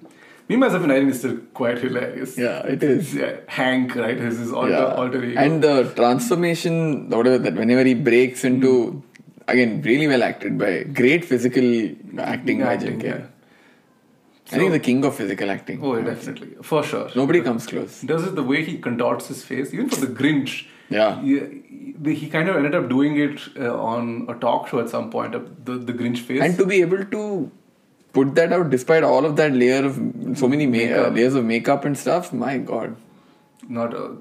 Speaker 1: Me, Myself, and Irene is still quite hilarious.
Speaker 2: Yeah, it is.
Speaker 1: Yeah, Hank, right? His, his alter,
Speaker 2: Yeah.
Speaker 1: alter ego.
Speaker 2: And the transformation, whatever that, whenever he breaks into, again, really well acted by great physical acting by Jim
Speaker 1: Acting,
Speaker 2: Carrey.
Speaker 1: yeah.
Speaker 2: I think
Speaker 1: So-
Speaker 2: the king of physical acting.
Speaker 1: Oh,
Speaker 2: honestly.
Speaker 1: definitely. For sure.
Speaker 2: Nobody comes close.
Speaker 1: Does it the way he contorts his face, even for the Grinch.
Speaker 2: Yeah.
Speaker 1: He, he kind of ended up doing it uh, on a talk show at some point, uh, the, the Grinch face.
Speaker 2: And to be able to put that out despite all of that layer of so many ma- uh,
Speaker 1: Makeup.
Speaker 2: layers of makeup and stuff, my god.
Speaker 1: not a,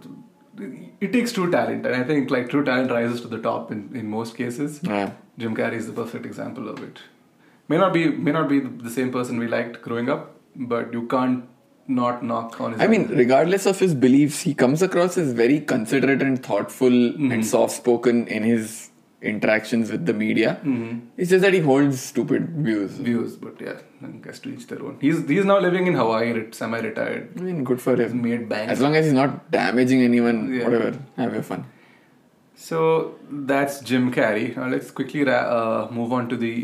Speaker 1: it takes true talent and i think like true talent rises to the top in, in most cases
Speaker 2: Yeah.
Speaker 1: jim carrey is the perfect example of it may not be may not be the same person we liked growing up but you can't not knock on his
Speaker 2: I mean, regardless of his beliefs, he comes across as very considerate and thoughtful
Speaker 1: Mm-hmm.
Speaker 2: and soft spoken in his interactions with the media. It's just that he holds stupid views.
Speaker 1: Mm-hmm. views but yeah i guess to each their own he's he's now living in hawaii ret- semi-retired
Speaker 2: I mean, good for him.
Speaker 1: made bank
Speaker 2: As long as he's not damaging anyone,
Speaker 1: Yeah.
Speaker 2: whatever, have your fun.
Speaker 1: so that's jim carrey now let's quickly ra- uh, move on to the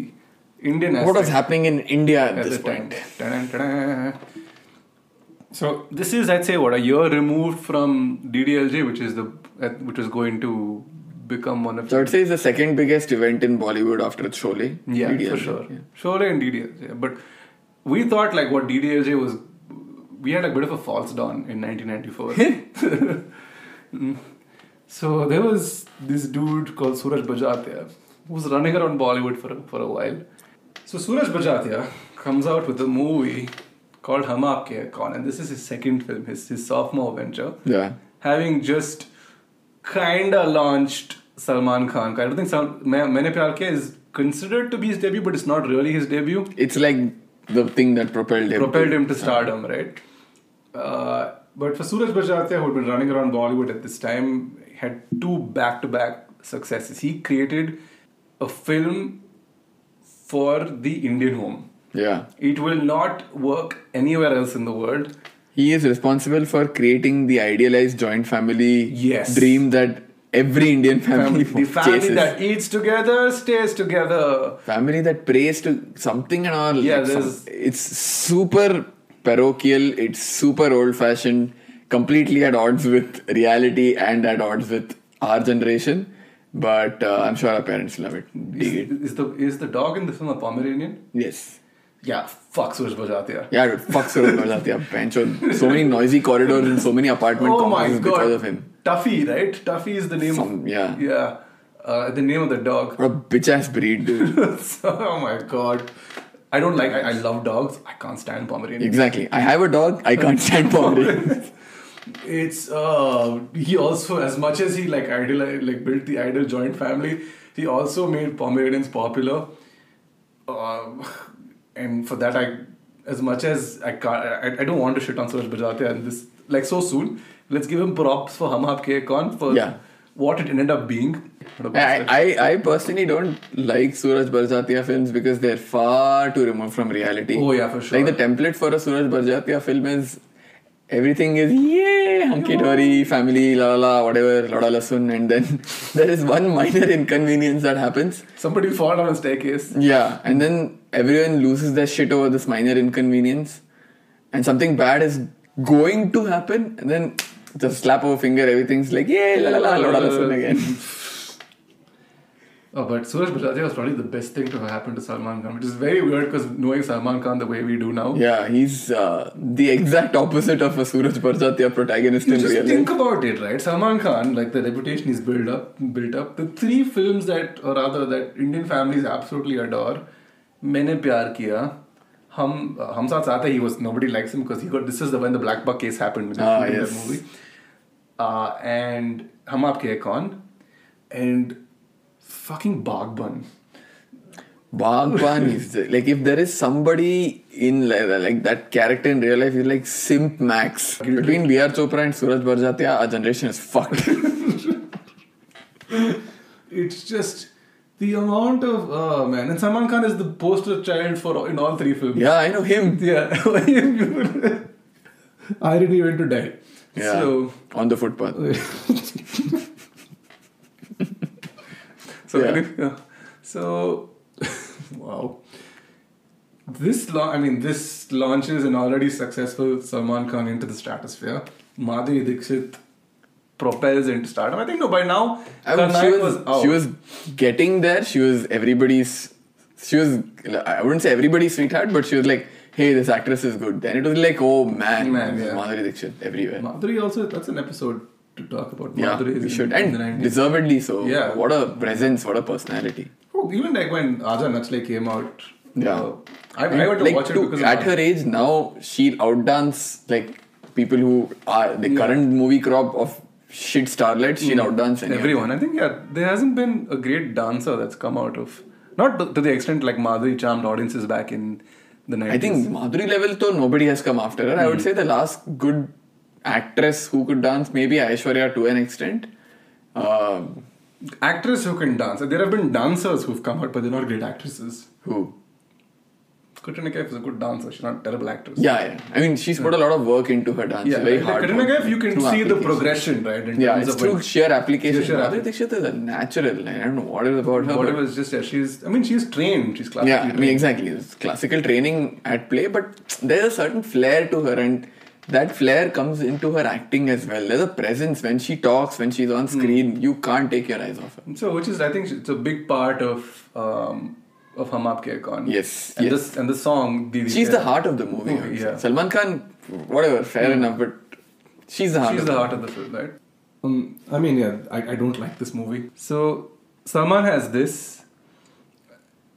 Speaker 1: indian
Speaker 2: what was
Speaker 1: aspect.
Speaker 2: happening in India at,
Speaker 1: at
Speaker 2: this
Speaker 1: the time.
Speaker 2: point?
Speaker 1: Dun, dun, dun, dun. So this is, I'd say, what a year removed from DDLJ, which is the uh, which was going to become one of
Speaker 2: So I'd say it's the second biggest event in Bollywood after Sholay.
Speaker 1: yeah
Speaker 2: DDLJ.
Speaker 1: for sure,
Speaker 2: Yeah.
Speaker 1: Sholay and DDLJ. But we thought like what DDLJ was, we had a bit of a false dawn in 1994. Mm. so there was this dude called Suraj Bhajatia who was running around Bollywood for a, for a while. So Suraj Bhajatia comes out with a movie called Hum Aapke Hai Kaun, and this is his second film, his, his sophomore venture.
Speaker 2: Yeah.
Speaker 1: Having just kinda launched Salman Khan. I don't think Sal- Ma- Maine Pyar Kiya is considered to be his debut, but it's not really his debut
Speaker 2: It's like the thing that propelled him.
Speaker 1: propelled him to stardom, right? Uh, but for Suraj Bhajatia, who had been running around Bollywood at this time, had two back-to-back successes. He created a film for the Indian home.
Speaker 2: Yeah.
Speaker 1: It will not work anywhere else in the world.
Speaker 2: He is responsible for creating the idealized joint family
Speaker 1: Yes.
Speaker 2: dream that every Indian family,
Speaker 1: the family
Speaker 2: chases.
Speaker 1: that eats together stays together.
Speaker 2: family that prays to something and all.
Speaker 1: Yeah,
Speaker 2: like some-
Speaker 1: there's-
Speaker 2: it's super parochial. It's super old-fashioned. Completely at odds with reality and at odds with our generation. But uh, I'm sure our parents love it. Dig it.
Speaker 1: Is, is the is the dog in the film a Pomeranian?
Speaker 2: Yes.
Speaker 1: Yeah, fuck Suraj Bhajatia.
Speaker 2: Yeah, dude, fuck Suraj Bhajatia, bench on so many noisy corridors and so many apartment
Speaker 1: Oh my
Speaker 2: complexes
Speaker 1: god.
Speaker 2: because of him.
Speaker 1: Tuffy, right? Tuffy is the name
Speaker 2: Some-
Speaker 1: of
Speaker 2: yeah.
Speaker 1: Yeah. Uh, the name of the dog.
Speaker 2: What a bitch ass breed, dude.
Speaker 1: So- oh my god. I don't like I, I love dogs. I can't stand Pomeranian.
Speaker 2: exactly. I have a dog. I can't stand Pomeranian.
Speaker 1: it's uh he also as much as he like idol like built the idol joint family, he also made Pomeranians popular. Uh, and for that I as much as I can't I, I don't want to shit on Suraj Bhajatia and this like so soon. Let's give him props for Hum Aap Ke Kaun for
Speaker 2: Yeah.
Speaker 1: what it ended up being.
Speaker 2: I, I, I personally don't like Suraj Barjatia films because they're far too removed from reality.
Speaker 1: Oh, yeah, for sure.
Speaker 2: Like the template for a Suraj Barjatia film is everything is yay, hunky dory, family, la la la, whatever, loda lasun, and then there is one minor inconvenience that happens.
Speaker 1: Somebody will fall down a staircase.
Speaker 2: Yeah, and then everyone loses their shit over this minor inconvenience, and something bad is going to happen, and then just slap of a finger, everything's like yay, la la la, loda lasun again.
Speaker 1: Oh, but Suraj Bhajatia was probably the best thing to have happened to Salman Khan, which is very weird because knowing Salman Khan the way we do now,
Speaker 2: Yeah, he's uh, the exact opposite of a Suraj Parjatya protagonist
Speaker 1: you
Speaker 2: in
Speaker 1: just
Speaker 2: real
Speaker 1: think
Speaker 2: life.
Speaker 1: about it, right? Salman Khan, like the reputation he's built up, built up. The three films that, or rather, that Indian families absolutely adore, "Maine Pyar Kiya," "Hum," uh, "Hum Saath Saath Hai," he was nobody likes him because he got this is the when the black buck case happened with
Speaker 2: Ah,
Speaker 1: in that
Speaker 2: yes.
Speaker 1: movie, uh, and "Hum Aapke Hai Kaun," and fucking Bagban.
Speaker 2: Bhagwan is the- like if there is somebody in like, like that character in real life, he's like Simp Max. Between B.R. Chopra and Suraj Parjatya, our generation is fucked.
Speaker 1: It's just the amount of uh, man, and Salman Khan is the poster child for in all three films.
Speaker 2: yeah, I know him.
Speaker 1: Yeah, irony went to die.
Speaker 2: Yeah,
Speaker 1: So,
Speaker 2: on the footpath.
Speaker 1: so
Speaker 2: Yeah.
Speaker 1: any- yeah. so, wow. This la- I mean, this launches an already successful Salman Khan into the stratosphere. Madhuri Dixit propels into stardom. I think no, by now
Speaker 2: I mean, she
Speaker 1: Karnayak
Speaker 2: was,
Speaker 1: out.
Speaker 2: she was getting there. She was everybody's. She was. I wouldn't say everybody's sweetheart, but she was like, "Hey, this actress is good." Then it was like, "Oh man,
Speaker 1: Man, yeah.
Speaker 2: Madhuri Dixit everywhere."
Speaker 1: Madhuri also. That's an episode to talk about.
Speaker 2: yeah,
Speaker 1: Madhuri is
Speaker 2: we
Speaker 1: in-
Speaker 2: should,
Speaker 1: in the
Speaker 2: and
Speaker 1: 90s.
Speaker 2: deservedly so.
Speaker 1: Yeah.
Speaker 2: what a presence! What a personality!
Speaker 1: Oh, even like when Aja Nachle came out.
Speaker 2: Yeah.
Speaker 1: uh, I, I went to
Speaker 2: like
Speaker 1: watch it
Speaker 2: to-
Speaker 1: because of
Speaker 2: at
Speaker 1: Aja.
Speaker 2: her age now, she'll outdance like people who are the
Speaker 1: Yeah. Mm.
Speaker 2: current movie crop of shit starlets. She'll outdance anyone.
Speaker 1: everyone. I think yeah, there hasn't been a great dancer that's come out of not to- to the extent like Madhuri charmed audiences back in the nineties.
Speaker 2: I think Madhuri level though nobody has come after her. I
Speaker 1: Mm.
Speaker 2: would say the last good actress who could dance maybe Aishwarya to an extent. Um,
Speaker 1: actors who can dance. There have been dancers who've come out, but they're not great actresses.
Speaker 2: who?
Speaker 1: Katrina Kaif is a good dancer. She's not a terrible actress.
Speaker 2: Yeah, yeah. I mean, she's put a lot of work into her dance.
Speaker 1: yeah.
Speaker 2: It's very
Speaker 1: like
Speaker 2: hard.
Speaker 1: Katrina
Speaker 2: work
Speaker 1: Kaif, you can
Speaker 2: through
Speaker 1: see the
Speaker 2: application.
Speaker 1: progression, right? In
Speaker 2: Yeah,
Speaker 1: terms
Speaker 2: it's
Speaker 1: of
Speaker 2: through
Speaker 1: when-
Speaker 2: sheer application.
Speaker 1: sheer
Speaker 2: Madhuri Dixit is a natural. I don't know what is about her.
Speaker 1: Whatever
Speaker 2: but-
Speaker 1: is just yeah, she's. I mean, she's trained. She's classically
Speaker 2: yeah, I mean,
Speaker 1: trained.
Speaker 2: exactly. It's classical training at play, but there's a certain flair to her, and that flair comes into her acting as well. There's a presence when she talks, when she's on screen.
Speaker 1: Hmm.
Speaker 2: You can't take your eyes off her.
Speaker 1: So, which is I think it's a big part of um, of Hum Aapke Hai Kaun.
Speaker 2: Yes,
Speaker 1: and
Speaker 2: yes.
Speaker 1: this and the song. Didi
Speaker 2: She's
Speaker 1: Hai.
Speaker 2: the heart of the movie. I
Speaker 1: Movie,
Speaker 2: would say.
Speaker 1: Oh, yeah. Hmm.
Speaker 2: Salman Khan, whatever, fair enough, but she's the heart.
Speaker 1: She's
Speaker 2: of
Speaker 1: the heart of the film, right? Um, I mean, yeah, I, I don't like this movie. So Salman has this,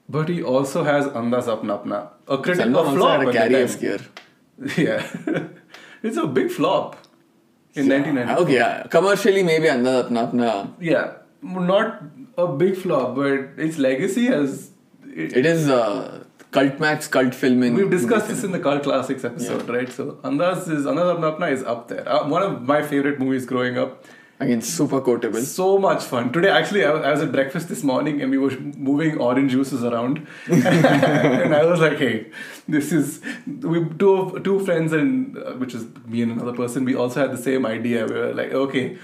Speaker 1: but he also has Andaz Apna Apna, a critic
Speaker 2: Salman
Speaker 1: a
Speaker 2: also
Speaker 1: flop
Speaker 2: had a
Speaker 1: at the
Speaker 2: career
Speaker 1: time.
Speaker 2: scare.
Speaker 1: Yeah, it's a big flop in
Speaker 2: Yeah.
Speaker 1: 1990.
Speaker 2: Okay, yeah. Commercially, maybe Andaz Apna Apna.
Speaker 1: Yeah, not a big flop, but its legacy has. It,
Speaker 2: It is a cult max cult film in.
Speaker 1: We've discussed this in the cult classics episode, right? So Andaz is Andaz Apna Apna is up there. Uh, one of my favorite movies growing up.
Speaker 2: Again, super quotable.
Speaker 1: So much fun. Today, actually, I was, I was at breakfast this morning and we were moving orange juices around. and I was like, hey, this is. We Two, of- two friends, and uh, which is me and another person, we also had the same idea. We were like, okay,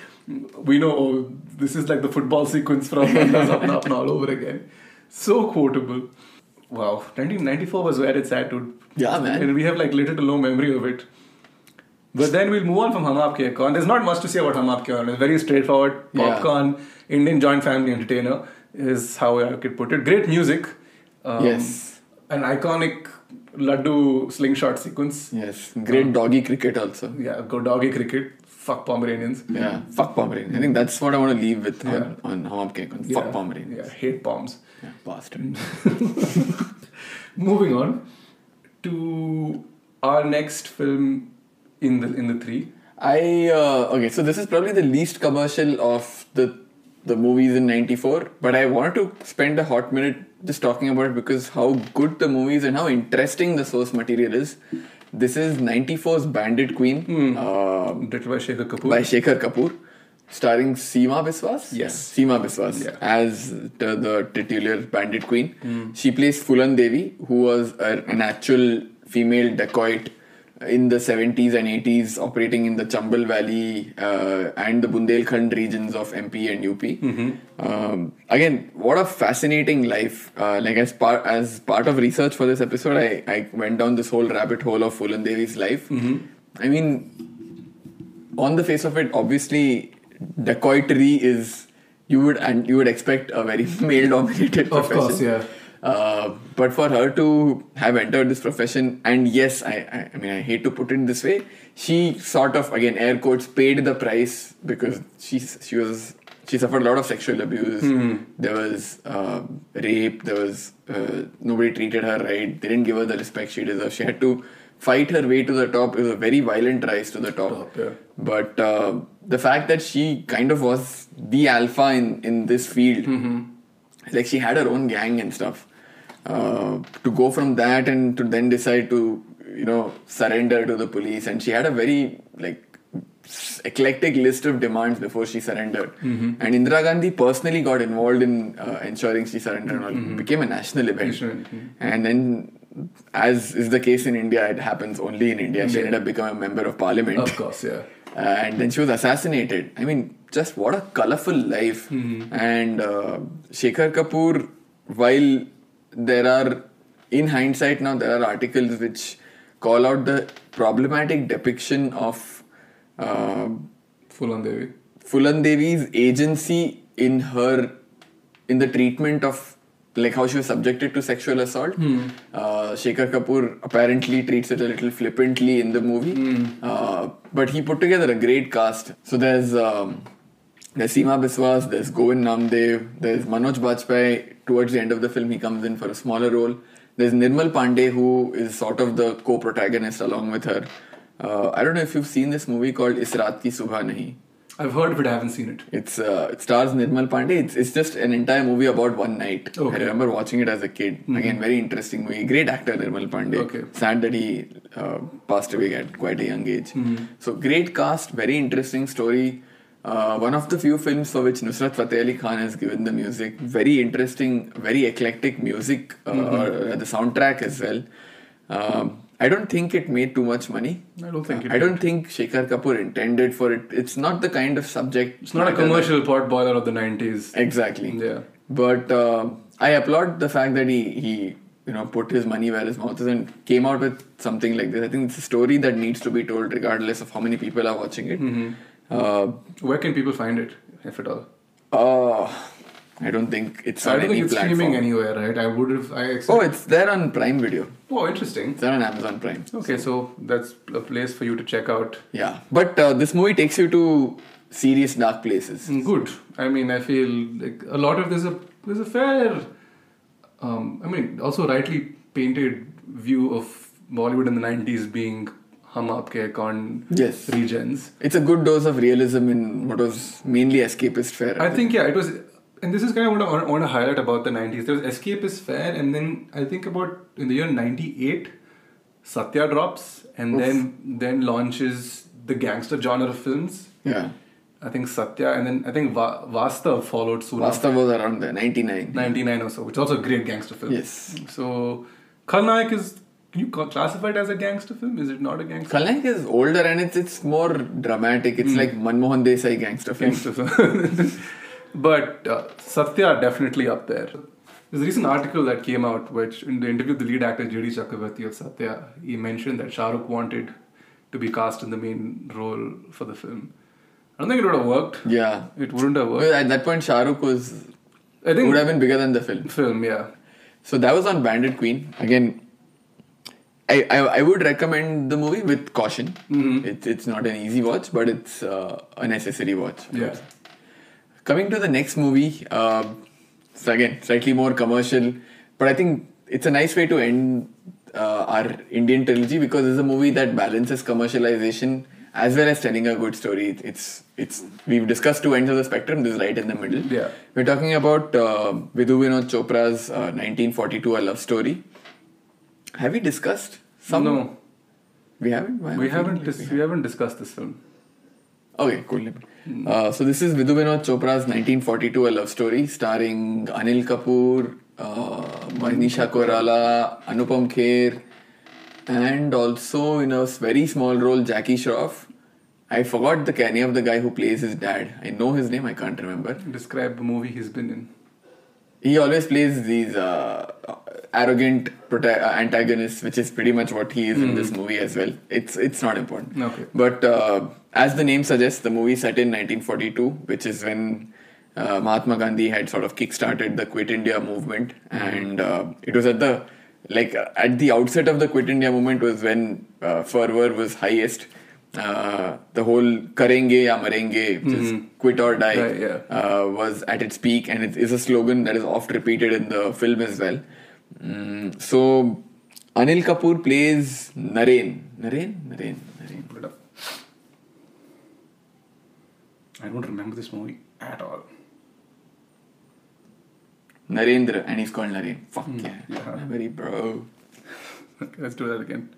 Speaker 1: we know oh, this is like the football sequence from Bandha's Apna Apna all over again. So quotable. Wow. 1994 was where it's at, dude.
Speaker 2: Yeah, man.
Speaker 1: And we have like little to no memory of it. But then we'll move on from Hum Aapke Hai Kaun. There's not much to say about Hum Aapke Hai Kaun. It's very straightforward
Speaker 2: Yeah.
Speaker 1: popcorn, Indian joint family entertainer is how I could put it. Great music. Um,
Speaker 2: Yes.
Speaker 1: An iconic Laddu slingshot sequence.
Speaker 2: Yes, great doggy cricket also.
Speaker 1: Yeah, go doggy cricket. Fuck Pomeranians.
Speaker 2: Yeah, fuck Pomeranian. I think that's what I want to leave with on,
Speaker 1: Yeah.
Speaker 2: on Hum Aap Ke Kaun.
Speaker 1: Yeah.
Speaker 2: Fuck Pomeranian.
Speaker 1: Yeah, hate Poms.
Speaker 2: Yeah, bastard.
Speaker 1: Moving on to our next film in the in the three.
Speaker 2: I uh, okay, so this is probably the least commercial of the the movies in '94, but I wanted to spend a hot minute just talking about it because how good the movies and how interesting the source material is. This is '94's Bandit Queen
Speaker 1: Hmm.
Speaker 2: uh,
Speaker 1: Directed by Shekhar Kapoor.
Speaker 2: by Shekhar Kapoor, starring Seema Biswas.
Speaker 1: Yes.
Speaker 2: Seema Biswas
Speaker 1: Yeah. Hmm.
Speaker 2: as the, the titular Bandit Queen. She plays Fulan Devi, who was a, an actual female dacoit in the 70s and 80s, operating in the Chambal Valley uh, and the Bundelkhand regions of MP and UP.
Speaker 1: Mm-hmm.
Speaker 2: Um, again, what a fascinating life! Uh, like as part as part of research for this episode, I, I went down this whole rabbit hole of Fulan Devi's life.
Speaker 1: Mm-hmm.
Speaker 2: I mean, on the face of it, obviously, dacoitry is you would and you would expect a very male-dominated
Speaker 1: Of
Speaker 2: profession.
Speaker 1: course, yeah.
Speaker 2: Uh, but for her to have entered this profession, and yes, I, I, I mean, I hate to put it this way, she sort of again air quotes paid the price because she she was she suffered a lot of sexual abuse.
Speaker 1: Hmm.
Speaker 2: There was uh, rape. There was uh, nobody treated her right. They didn't give her the respect she deserved. She had to fight her way to the top. It was a very violent rise to the top.
Speaker 1: Top, yeah.
Speaker 2: But uh, the fact that she kind of was the alpha in, in this field,
Speaker 1: Mm-hmm.
Speaker 2: like she had her own gang and stuff, uh, to go from that and to then decide to, you know, surrender to the police. And she had a very, like, eclectic list of demands before she surrendered.
Speaker 1: Mm-hmm.
Speaker 2: And Indira Gandhi personally got involved in uh, ensuring she surrendered and all. It became a national event.
Speaker 1: Mm-hmm. National,
Speaker 2: And then, as is the case in India, it happens only in India. She ended up becoming a member of parliament
Speaker 1: Of course, yeah.
Speaker 2: Uh, and then she was assassinated. I mean, just what a colorful life. And uh, Shekhar Kapoor, while there are, in hindsight now, there are articles which call out the problematic depiction of uh,
Speaker 1: Full on Devi.
Speaker 2: Fulan Devi's agency in her, in the treatment of like how she was subjected to sexual assault. Uh, Shekhar Kapoor apparently treats it a little flippantly in the movie, uh, but he put together a great cast. So there's um, there's Seema Biswas, there's Govind Namdev, there's Manoj Bajpayee. Towards the end of the film, he comes in for a smaller role. There's Nirmal Pandey, who is sort of the co-protagonist along with her. Uh, I don't know if you've seen this movie called Israt Ki Subha Nahi.
Speaker 1: I've heard of it, I haven't seen it.
Speaker 2: It's uh, it stars Nirmal Pandey. It's, it's just an entire movie about one night. I
Speaker 1: Okay. Mm-hmm.
Speaker 2: remember watching it as a kid. Again, very interesting movie. Great actor Nirmal Pandey.
Speaker 1: Okay.
Speaker 2: Sad that he uh, passed away at quite a young age.
Speaker 1: Mm-hmm.
Speaker 2: So great cast, very interesting story. Uh, one of the few films for which Nusrat Fateh Ali Khan has given the music. Very interesting, very eclectic music. Uh, uh,
Speaker 1: Mm-hmm.
Speaker 2: the soundtrack as well. Um, I don't think it made too much money.
Speaker 1: I don't think it
Speaker 2: I don't think Shekhar Kapoor intended for it. It's not the kind of subject.
Speaker 1: It's not a
Speaker 2: matter that-
Speaker 1: commercial pot boiler of the 90s.
Speaker 2: Exactly.
Speaker 1: Yeah.
Speaker 2: But uh, I applaud the fact that he, he you know put his money where his mouth is and came out with something like this. I think it's a story that needs to be told regardless of how many people are watching it.
Speaker 1: Mm-hmm.
Speaker 2: Uh,
Speaker 1: Where can people find it, if at all?
Speaker 2: uh, I don't think it's
Speaker 1: I
Speaker 2: on
Speaker 1: don't
Speaker 2: any
Speaker 1: think it's
Speaker 2: platform.
Speaker 1: streaming anywhere, right? I would have. I
Speaker 2: Oh,
Speaker 1: accept.
Speaker 2: it's there on Prime Video.
Speaker 1: Oh, interesting.
Speaker 2: It's there on Amazon Prime.
Speaker 1: Okay, so that's a place for you to check out.
Speaker 2: Yeah, but uh, this movie takes you to serious dark places.
Speaker 1: Good. I mean, I feel like a lot of there's a there's a fair, um, I mean, also rightly painted view of Bollywood in the '90s being hum up ke con
Speaker 2: Yes.
Speaker 1: regions.
Speaker 2: It's a good dose of realism in what was mainly escapist fare.
Speaker 1: I think yeah, it was, and this is kind of what I want, want to highlight about the '90s. There was Escape is Fair, and then I think about in the year '98, Satya drops, and then then launches the gangster genre of films.
Speaker 2: Yeah.
Speaker 1: I think Satya, and then I think Va- Vasta followed soon. after.
Speaker 2: Vasta was around there, 99.
Speaker 1: 99 or so, which is also a great gangster film.
Speaker 2: Yes.
Speaker 1: So, Khalnaik is. Can you ca- classify it as a gangster film? Is it not a gangster
Speaker 2: Kalnaik is older and it's it's more dramatic. It's like Manmohan Desai gangster film.
Speaker 1: Hmm. gangster film? but uh, Satya definitely up there. There's a recent article that came out, which in the interview, the lead actor Judy Chakravarti of Satya, he mentioned that Shah Rukh wanted to be cast in the main role for the film. I don't think it would have worked.
Speaker 2: Yeah.
Speaker 1: It wouldn't have worked.
Speaker 2: Well, at that point, Shah Rukh was
Speaker 1: I think
Speaker 2: would have been bigger than the film.
Speaker 1: film, yeah.
Speaker 2: So that was on Bandit Queen again. I, I, I would recommend the movie with caution.
Speaker 1: Mm-hmm.
Speaker 2: It's it's not an easy watch, but it's uh, a necessary watch.
Speaker 1: Yeah.
Speaker 2: Coming to the next movie, uh, so again slightly more commercial, but I think it's a nice way to end uh, our Indian trilogy because it's a movie that balances commercialization as well as telling a good story. It- It's it's we've discussed two ends of the spectrum. This is right in the middle.
Speaker 1: Yeah.
Speaker 2: we're talking about uh, Vidhu Vinod Chopra's uh, 1942 A Love Story. Have we discussed some?
Speaker 1: no,
Speaker 2: we haven't. Why am
Speaker 1: we
Speaker 2: I feeling
Speaker 1: haven't.
Speaker 2: like
Speaker 1: Dis-
Speaker 2: we
Speaker 1: we haven't discussed this film.
Speaker 2: Okay, cool. Uh, so this is Vidhu Vinod Chopra's 1942 A Love Story, starring Anil Kapoor, uh, Manisha Koirala, Anupam Kher, and also in a very small role Jackie Shroff. I forgot the ca- name of the guy who plays his dad. I know his name, I can't remember.
Speaker 1: Describe the movie he's been in.
Speaker 2: He always plays these uh, arrogant prota- uh, antagonists, which is pretty much what he is in this movie as well. It's it's not important.
Speaker 1: Hmm. Okay.
Speaker 2: But uh, as the name suggests, the movie set in 1942, which is when uh, Mahatma Gandhi had sort of kick-started the Quit India movement, and uh, it was at the like uh, at the outset of the Quit India movement was when uh, fervor was highest. Uh, the whole "Karenge ya Marenge," which is "Quit or Die,"
Speaker 1: Hmm. Right, yeah.
Speaker 2: uh, was at its peak, and it is a slogan that is oft repeated in the film as well. Mm, so Anil Kapoor plays Naren. Naren? Naren? Naren.
Speaker 1: Pull it up. I don't remember this movie at all.
Speaker 2: Narendra, and he's called Naren. Fuck yeah.
Speaker 1: yeah.
Speaker 2: Memory, bro.
Speaker 1: Okay, let's do that again.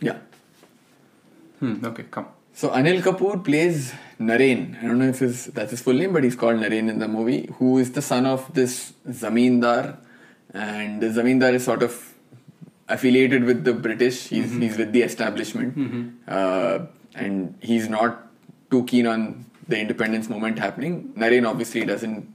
Speaker 2: Yeah.
Speaker 1: Hmm, okay, come.
Speaker 2: So Anil Kapoor plays Naren. I don't know if his, that's his full name, but he's called Naren in the movie, who is the son of this zamindar. And the zamindar is sort of affiliated with the British. He's,
Speaker 1: Mm-hmm.
Speaker 2: he's with the establishment. Uh, and he's not too keen on the independence movement happening. Naren obviously doesn't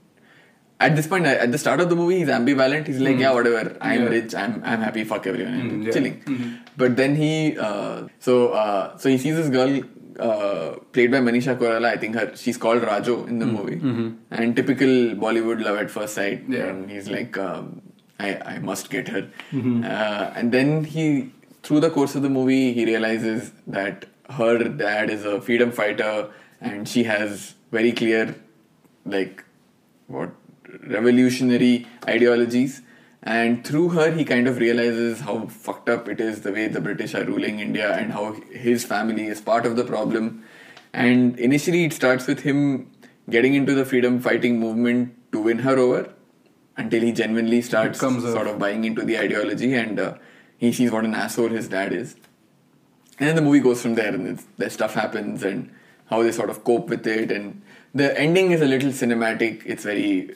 Speaker 2: at this point, at the start of the movie, he's ambivalent. He's like, yeah, whatever. I'm
Speaker 1: Mm-hmm. Yeah.
Speaker 2: rich. I'm I'm happy. Fuck everyone. I'm
Speaker 1: Mm, yeah.
Speaker 2: chilling. But then he uh, so uh, so he sees this girl uh, played by Manisha Koirala. I think her she's called Rajo in the movie. And typical Bollywood love at first sight.
Speaker 1: Yeah.
Speaker 2: And he's like, um, I I must get her. Uh, and then he through the course of the movie he realizes that her dad is a freedom fighter and she has very clear like what revolutionary ideologies and through her he kind of realizes how fucked up it is the way the british are ruling india and how his family is part of the problem and initially it starts with him getting into the freedom fighting movement to win her over until he genuinely starts
Speaker 1: Becomes a-
Speaker 2: sort of buying into the ideology and uh, he sees what an asshole his dad is and then the movie goes from there and it's, their stuff happens and how they sort of cope with it and the ending is a little cinematic it's very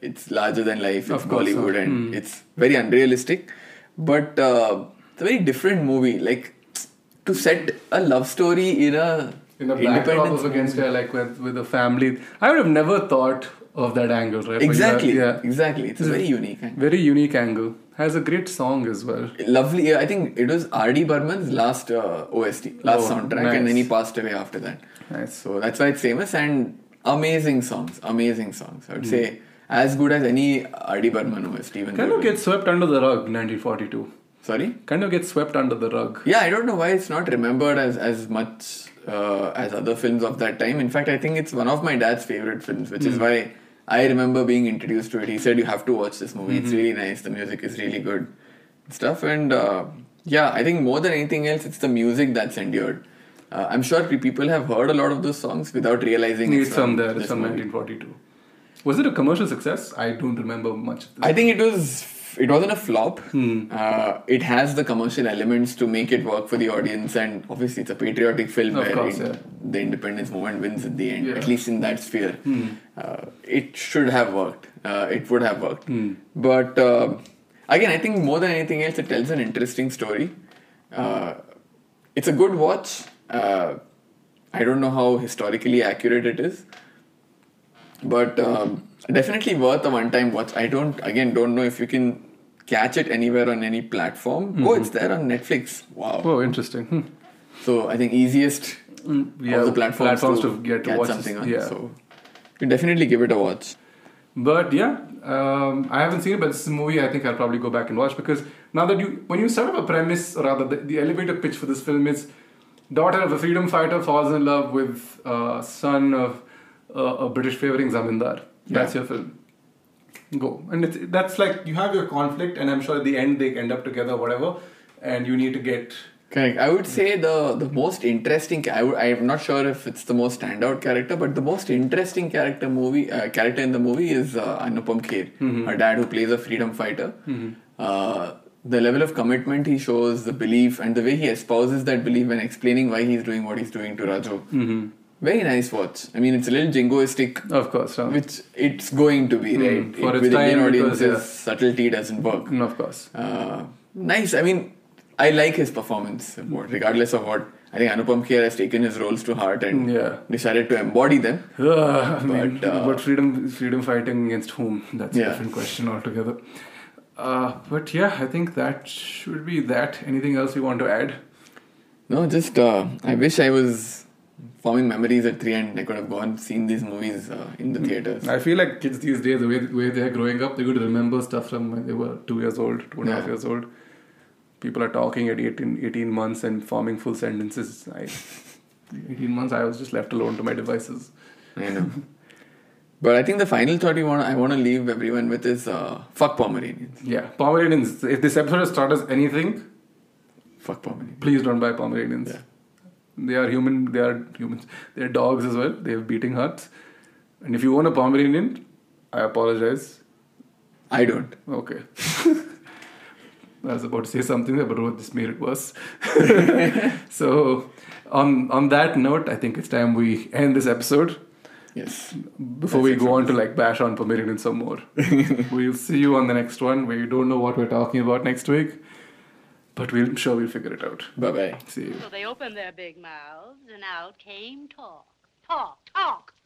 Speaker 2: it's larger than life it's
Speaker 1: Of course, Hmm.
Speaker 2: bollywood
Speaker 1: huh?
Speaker 2: and it's very unrealistic but uh, it's a very different movie like to set a love story in a
Speaker 1: In the backdrop
Speaker 2: independence
Speaker 1: of against her, like with with the family, I would have never thought of that angle, right? But uh,
Speaker 2: exactly
Speaker 1: yeah, yeah.
Speaker 2: exactly it's a very unique angle.
Speaker 1: very unique angle. Has a great song as well.
Speaker 2: lovely yeah, i think it was rd burman's last uh, ost last
Speaker 1: Oh,
Speaker 2: soundtrack
Speaker 1: nice.
Speaker 2: and then he passed away after that
Speaker 1: Nice.
Speaker 2: so that's why it's famous and amazing songs amazing songs i would
Speaker 1: Hmm.
Speaker 2: say as good as any rd burman ost even
Speaker 1: Kind of
Speaker 2: though it was-
Speaker 1: gets swept under the rug, 1942.
Speaker 2: sorry
Speaker 1: Kind of gets swept under the rug.
Speaker 2: yeah i don't know why it's not remembered as as much uh, as other films of that time in fact i think it's one of my dad's favorite films which
Speaker 1: Hmm.
Speaker 2: is why i remember being introduced to it he said you have to watch this movie
Speaker 1: Hmm.
Speaker 2: it's really nice the music is really good stuff and uh, yeah i think more than anything else it's the music that's endured uh, i'm sure pe- people have heard a lot of those songs without realizing
Speaker 1: It's from there. It's
Speaker 2: this
Speaker 1: from
Speaker 2: movie.
Speaker 1: 1942. Was it a commercial success? I don't remember much. Of this.
Speaker 2: I think it was. It wasn't a flop.
Speaker 1: Hmm.
Speaker 2: Uh, it has the commercial elements to make it work for the audience, and obviously it's a patriotic film
Speaker 1: Of
Speaker 2: where
Speaker 1: course,
Speaker 2: it-
Speaker 1: yeah.
Speaker 2: the independence movement wins at the end.
Speaker 1: Yeah. Hmm.
Speaker 2: At least in that sphere, uh, it should have worked. Uh, it would have worked.
Speaker 1: Hmm.
Speaker 2: But uh, again, I think more than anything else, it tells an interesting story. Uh, it's a good watch. Uh, I don't know how historically accurate it is, but um, definitely worth a one-time watch. I don't again don't know if you can catch it anywhere on any platform.
Speaker 1: Mm-hmm.
Speaker 2: Oh, it's there on Netflix. Wow.
Speaker 1: Oh, interesting. Hmm.
Speaker 2: So I think easiest
Speaker 1: mm, yeah,
Speaker 2: of the platforms,
Speaker 1: platforms
Speaker 2: to,
Speaker 1: to get to
Speaker 2: catch
Speaker 1: watch
Speaker 2: something
Speaker 1: this,
Speaker 2: on.
Speaker 1: yeah.
Speaker 2: So you definitely give it a watch.
Speaker 1: But yeah, um, I haven't seen it, but this is a movie I think I'll probably go back and watch because now that you, when you set up a premise, or rather the, the elevator pitch for this film is daughter of a freedom fighter falls in love with uh, son of uh, a British favoring zamindar. That's
Speaker 2: Yeah.
Speaker 1: your film. Go and it's, that's like you have your conflict, and I'm sure at the end they end up together, whatever, and you need to get
Speaker 2: Correct. I would say the the most interesting. I would, I'm not sure if it's the most standout character, but the most interesting character movie uh, character in the movie is uh, Anupam Kher,
Speaker 1: Mm-hmm.
Speaker 2: her dad who plays a freedom fighter. Uh, the level of commitment he shows, the belief, and the way he espouses that belief when explaining why he's doing what he's doing to Raju.
Speaker 1: Mm-hmm.
Speaker 2: Very nice watch. I mean, it's a little jingoistic,
Speaker 1: Of course, no.
Speaker 2: which it's going to be right
Speaker 1: Mm-hmm. for
Speaker 2: It-
Speaker 1: its
Speaker 2: with
Speaker 1: time,
Speaker 2: Indian
Speaker 1: it was,
Speaker 2: audiences.
Speaker 1: yeah.
Speaker 2: Subtlety doesn't work.
Speaker 1: Mm, of course.
Speaker 2: Uh, nice. I mean, I like his performance, more, regardless of what. I think Anupam Kher has taken his roles to heart and
Speaker 1: Yeah.
Speaker 2: decided to embody them.
Speaker 1: Uh, I mean,
Speaker 2: But, uh,
Speaker 1: but freedom, freedom fighting against whom? That's a
Speaker 2: Yeah.
Speaker 1: different question altogether. Uh, but yeah, I think that should be that. Anything else you want to add?
Speaker 2: No, just uh, I wish I was forming memories at three and I could have gone seen these movies uh, in the theaters.
Speaker 1: I feel like kids these days, the way, the way they're growing up, they're going to remember stuff from when they were two years old, two and a half
Speaker 2: Yeah.
Speaker 1: years old. People are talking at 18, 18 months and forming full sentences. I, 18 months, I was just left alone to my devices.
Speaker 2: I know. But I think the final thought you want I want to leave everyone with is uh, fuck Pomeranians.
Speaker 1: Yeah, Pomeranians. If this episode has taught us anything,
Speaker 2: Fuck Pomeranians.
Speaker 1: please don't buy Pomeranians.
Speaker 2: Yeah.
Speaker 1: They are human. They are humans. They are dogs as well. They have beating hearts. And if you own a Pomeranian, I apologize.
Speaker 2: I don't.
Speaker 1: Okay. I was about to say something there, but oh, this made it worse. so, on on that note, I think it's time we end this episode
Speaker 2: Yes.
Speaker 1: before we go on to like bash on Pomeranian some more. we'll see you on the next one where you don't know what we're talking about next week, but we'll I'm sure we'll figure it out.
Speaker 2: Bye bye.
Speaker 1: See you.
Speaker 3: So they opened their big mouths, and out came talk. Talk, talk,